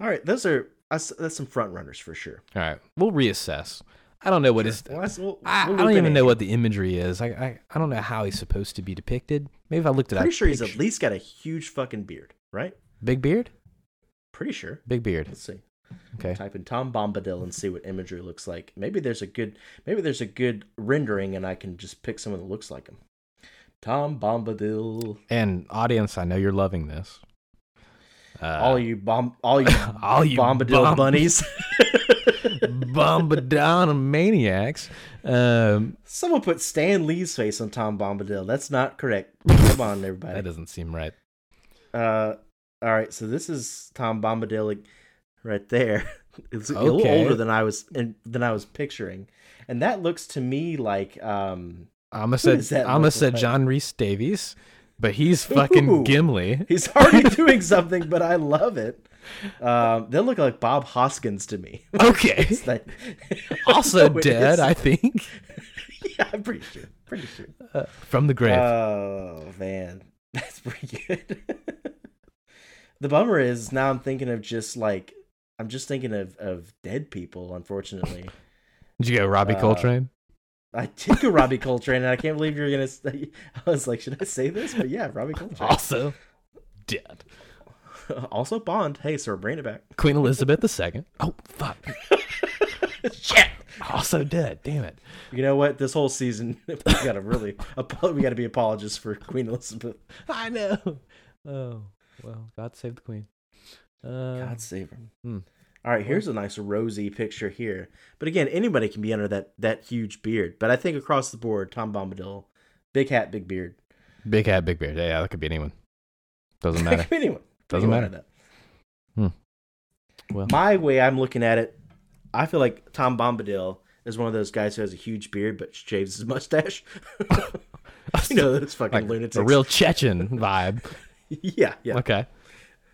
All right, those are that's, that's some front runners for sure. All right, we'll reassess. I don't know what his. Well, that's- we'll- I, we'll I don't loop in even Andrew. know what the imagery is. I, I I don't know how he's supposed to be depicted. Maybe if I looked at Pretty sure he's at least got a huge fucking beard, right? big beard. Pretty sure. Big beard. Let's see. Okay. Type in Tom Bombadil and see what imagery looks like. Maybe there's a good maybe there's a good rendering, and I can just pick someone that looks like him. Tom Bombadil. And audience, I know you're loving this. Uh, all you bomb all you all you Bombadil bomb- bunnies. Bombadon maniacs. Um, Someone put Stan Lee's face on Tom Bombadil. That's not correct. Come on, everybody. that doesn't seem right. Uh, all right. So this is Tom Bombadil like, right there. It's a little Okay. older than I was and than I was picturing, and that looks to me like um Almost Who said does that almost look said like? John Reese Davies, but he's fucking Ooh. Gimli. he's already doing something, but I love it. Um, they look like Bob Hoskins to me. Okay, It's like- also No, it dead, isn't. I think, yeah, I'm pretty sure. Pretty sure. uh, from the grave. Oh man, that's pretty good. the bummer is now I'm thinking of just like I'm just thinking of of dead people. Unfortunately. Did you go Robbie uh, Coltrane? I did go Robbie Coltrane, and I can't believe you're gonna. Say, I was like, should I say this? But yeah, Robbie Coltrane. Also dead. also Bond. Hey, so bring it back. Queen Elizabeth II. Oh fuck. Shit. Also dead. Damn it. You know what? This whole season, we gotta really, apo- we gotta be apologists for Queen Elizabeth. I know. Oh well, God save the Queen. Uh, God save her. Hmm. All right, here's a nice rosy picture here. But again, anybody can be under that that huge beard. But I think across the board, Tom Bombadil, big hat, big beard. Big hat, big beard. Yeah, yeah, that could be anyone. Doesn't matter. anyone Doesn't Anyone matter. like that. Well, my way I'm looking at it, I feel like Tom Bombadil is one of those guys who has a huge beard but shaves his mustache. you know, those fucking like lunatics. a real Chechen vibe. yeah, yeah. Okay.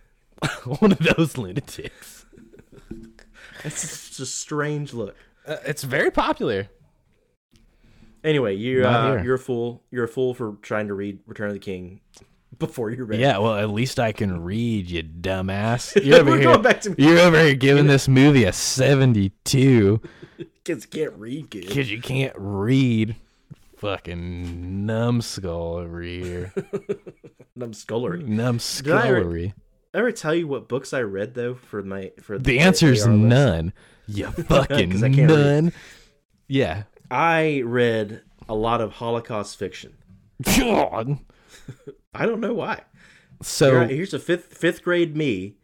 One of those lunatics. It's just a strange look. Uh, it's very popular. Anyway, you Not uh, here. you're a fool. You're a fool for trying to read Return of the King before you read. Yeah, well, at least I can read, you dumbass. You're over We're here. going back to- you're over here giving this movie a 72 because you can't read good. because you can't read. Fucking numbskull over here. And I'm scullery. Numbskullery. Did I ever tell you what books I read though for my for The answer is AR list? none. You fucking 'Cause I can't read. none. Yeah. I read a lot of Holocaust fiction. God. I don't know why. So Here- here's a fifth fifth grade me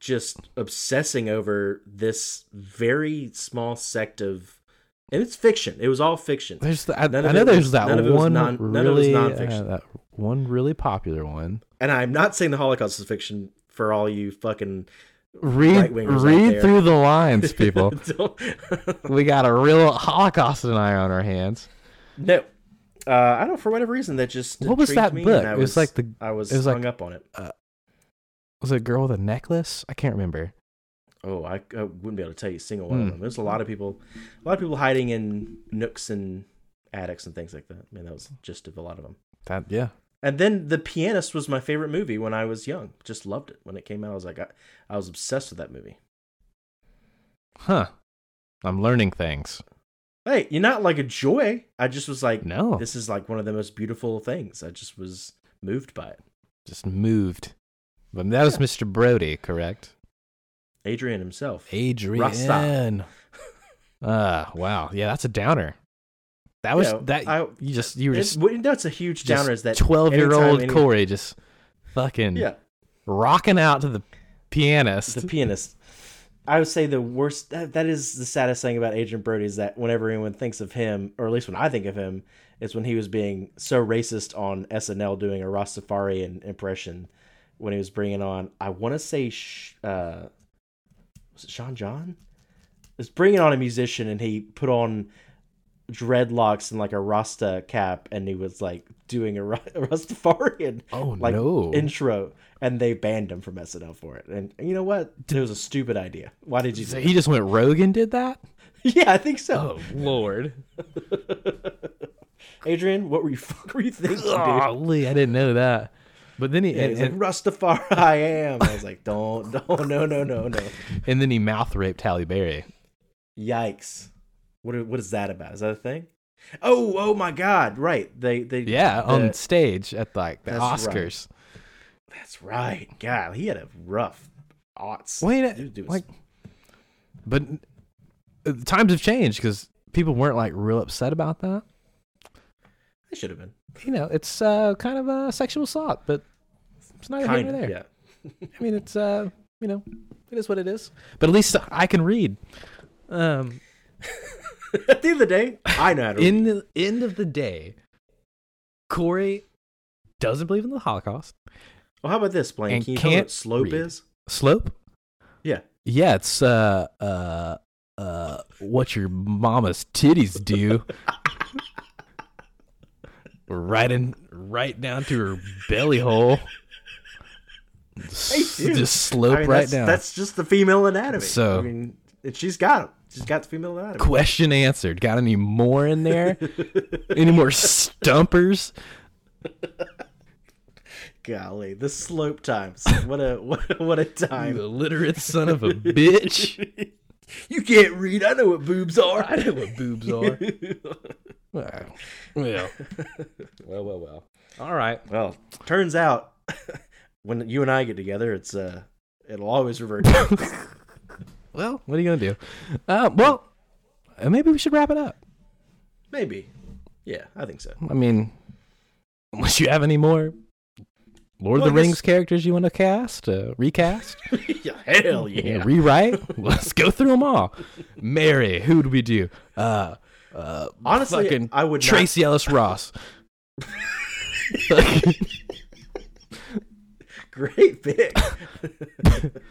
just obsessing over this very small sect of and it's fiction. It was all fiction. there's the, I, None of I know it there's was- that none of it was one non- none of it was really uh, nonfiction. that one really popular one. And I'm not saying the Holocaust is fiction for all you fucking Read Right-wingers out read there. through the lines, people. Don't- we got a real Holocaust denier on our hands. no. Uh, I don't for whatever reason that just What was intrigued that me, book? and I It was like the- I was, it was like- hung up on it. Was it a girl with a necklace? I can't remember. Oh, I, I wouldn't be able to tell you a single one Hmm. of them. There's a lot of people, a lot of people hiding in nooks and attics and things like that. I mean, that was just of a lot of them. That yeah. And then The Pianist was my favorite movie when I was young. Just loved it when it came out. I was like, I, I was obsessed with that movie. Huh. I'm learning things. Hey, you're not like a joy. I just was like, No. this is like one of the most beautiful things. I just was moved by it. Just moved. But that was Mr. Brody, correct? Adrian himself. Adrian. Ah, wow. Yeah, that's a downer. That was Yeah, that I- you just you were It's- just that's a huge just downer. Is that twelve year anytime old any- Corey just fucking Yeah, rocking out to the pianist. the pianist. I would say the worst. That, that is the saddest thing about Adrian Brody is that whenever anyone thinks of him, or at least when I think of him, is when he was being so racist on SNL doing a Rastafarian impression when he was bringing on. I want to say, Sh- uh, was it Sean John? It was bringing on a musician, and he put on dreadlocks and like a Rasta cap, and he was like doing a, Ra- a Rastafarian oh like no. intro and they banned him from SNL for it. And you know what? It was a stupid idea. Why did you so say? he just went rogue and did that? Yeah, I think so. Oh. Lord. Adrian, what were you fuck were you thinking, dude? Golly, I didn't know that. But then he And and, he's like, Rastafari I am. I was like, don't, don't, no, no, no, no. and then he mouth raped Halle Berry. Yikes. What, are- what is that about? Is that a thing? Oh, oh my God. Right. They, they, Yeah, um, the- on stage at like the That's right. Oscars. that's right. God, he had a rough aughts. Wait, Dude, dude was- like, but uh, times have changed because people weren't like real upset about that. I should have been. You know, it's uh, kind of a sexual assault, but it's neither here Kind nor of, there. yeah. I mean, it's uh, you know, it is what it is. But at least I can read. Um, At the end of the day, I know how to in the end of the day, Corey doesn't believe in the Holocaust. Well, how about this, Blaine? and Can you tell me can't what slope read. is? Slope. Yeah. Yeah, it's uh uh uh what your mama's titties do. right in right down to her belly hole. S- do. Just slope I mean, right that's, down. That's just the female anatomy. So- I mean, and she's got 'em. She's got the female anatomy. Question answered. Got any more in there? any more stumpers? Golly, the slope times. What a what a, what a You time. illiterate son of a bitch. You can't read. I know what boobs are. I know what boobs are. Well, well, well, well, well. all right. Well, turns out when you and I get together, it's uh, it'll always revert. back. Well, what are you gonna do? Uh, well, uh, maybe we should wrap it up. Maybe. Yeah, I think so. I mean, unless you have any more Lord Well, I of the guess- Rings characters you want to cast, uh, recast, Yeah, hell yeah. yeah. rewrite. Let's go through them all. Mary, who do we do? Uh, uh, Honestly, fucking I would not Tracy Ellis Ross. Fucking Great pick.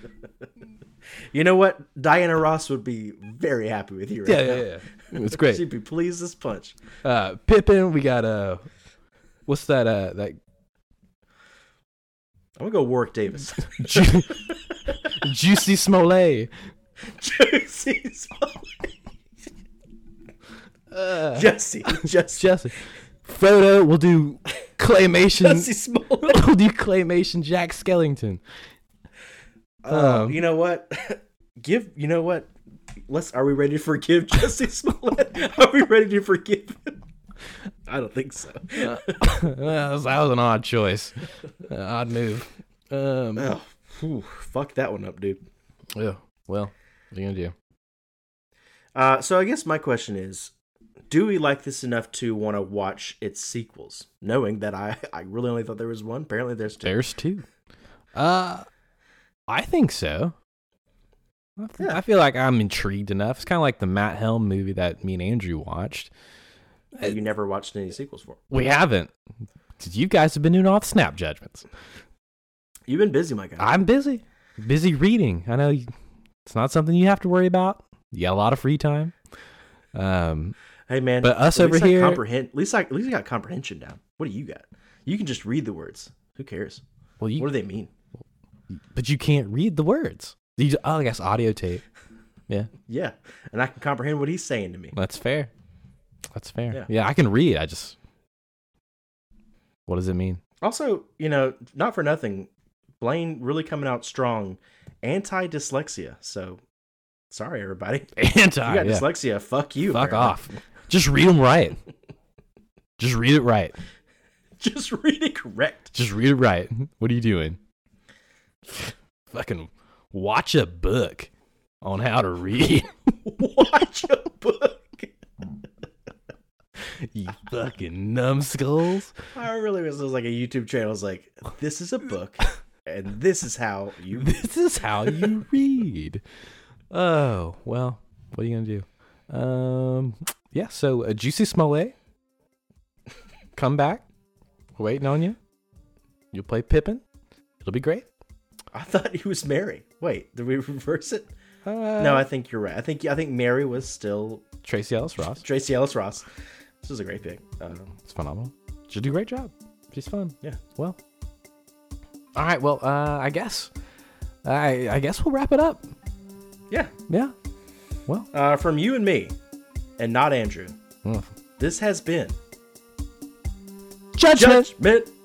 you know what? Diana Ross would be very happy with you right yeah, now. yeah, yeah. It's great. She'd be pleased as punch. Uh, Pippin, we got uh, what's that? Uh, that I'm gonna go Warwick Davis. ju- juicy Smollett. Jesse, Uh, Jesse, Jesse, Jesse. Frodo, we'll do Jesse claymation. Smollett. we'll do claymation Jack Skellington. Oh, Um, you know what? Give. You know what? Let's. Are we ready to forgive Jesse Smollett? Are we ready to forgive him? I don't think so. that, was, that was an odd choice, Uh, odd move. Um, Oh, whew, fuck that one up, dude. yeah, well, what are you gonna do? Uh, so I guess my question is, Dewey liked this enough to want to watch its sequels, knowing that I, I really only thought there was one. Apparently, there's two. There's two. Uh, I think so. I, f- Yeah. I feel like I'm intrigued enough. It's kind of like the Matt Helm movie that me and Andrew watched. that you never watched any sequels for. We haven't. 'Cause You guys have been doing all the snap judgments. You've been busy, my guy. I'm busy, busy reading. I know you, it's not something you have to worry about. You got a lot of free time. Um, Hey man, But us at over least I here- comprehend. At least I at least I got comprehension down. What do you got? You can just read the words. Who cares? well, What you do they mean? but you can't read the words. You, oh, I guess audio tape. Yeah, Yeah, and I can comprehend what he's saying to me. that's fair. That's fair. Yeah. Yeah. I can read. I just what does it mean? Also, you know, not for nothing, Blaine really coming out strong, anti dyslexia. So, sorry everybody, If Anti. you got Ah, yeah. dyslexia. Fuck you. Fuck apparently. off. Just read them right. just read it right. Just read it correct. Just read it right. What are you doing? Fucking watch a book on how to read. Watch a book. you fucking numbskulls. I really was, it was like a YouTube channel. It's like, this is a book, and this is how you. This is how you read. Oh, well, what are you going to do? Um, yeah, so uh, Juicy Smollett, come back. We're waiting on you. You'll play Pippin. It'll be great. I thought he was Mary. Wait, did we reverse it? Uh, No, I think you're right. I think I think Mary was still Tracy Ellis Ross. Tracy Ellis Ross. This is a great pick. Um, It's phenomenal. She did a great job. She's fun. yeah. Well. All right. Well, uh, I guess. I I guess we'll wrap it up. Yeah. Yeah. Well. Uh, from you and me, and not Andrew. mm. This has been Judgment. Judgment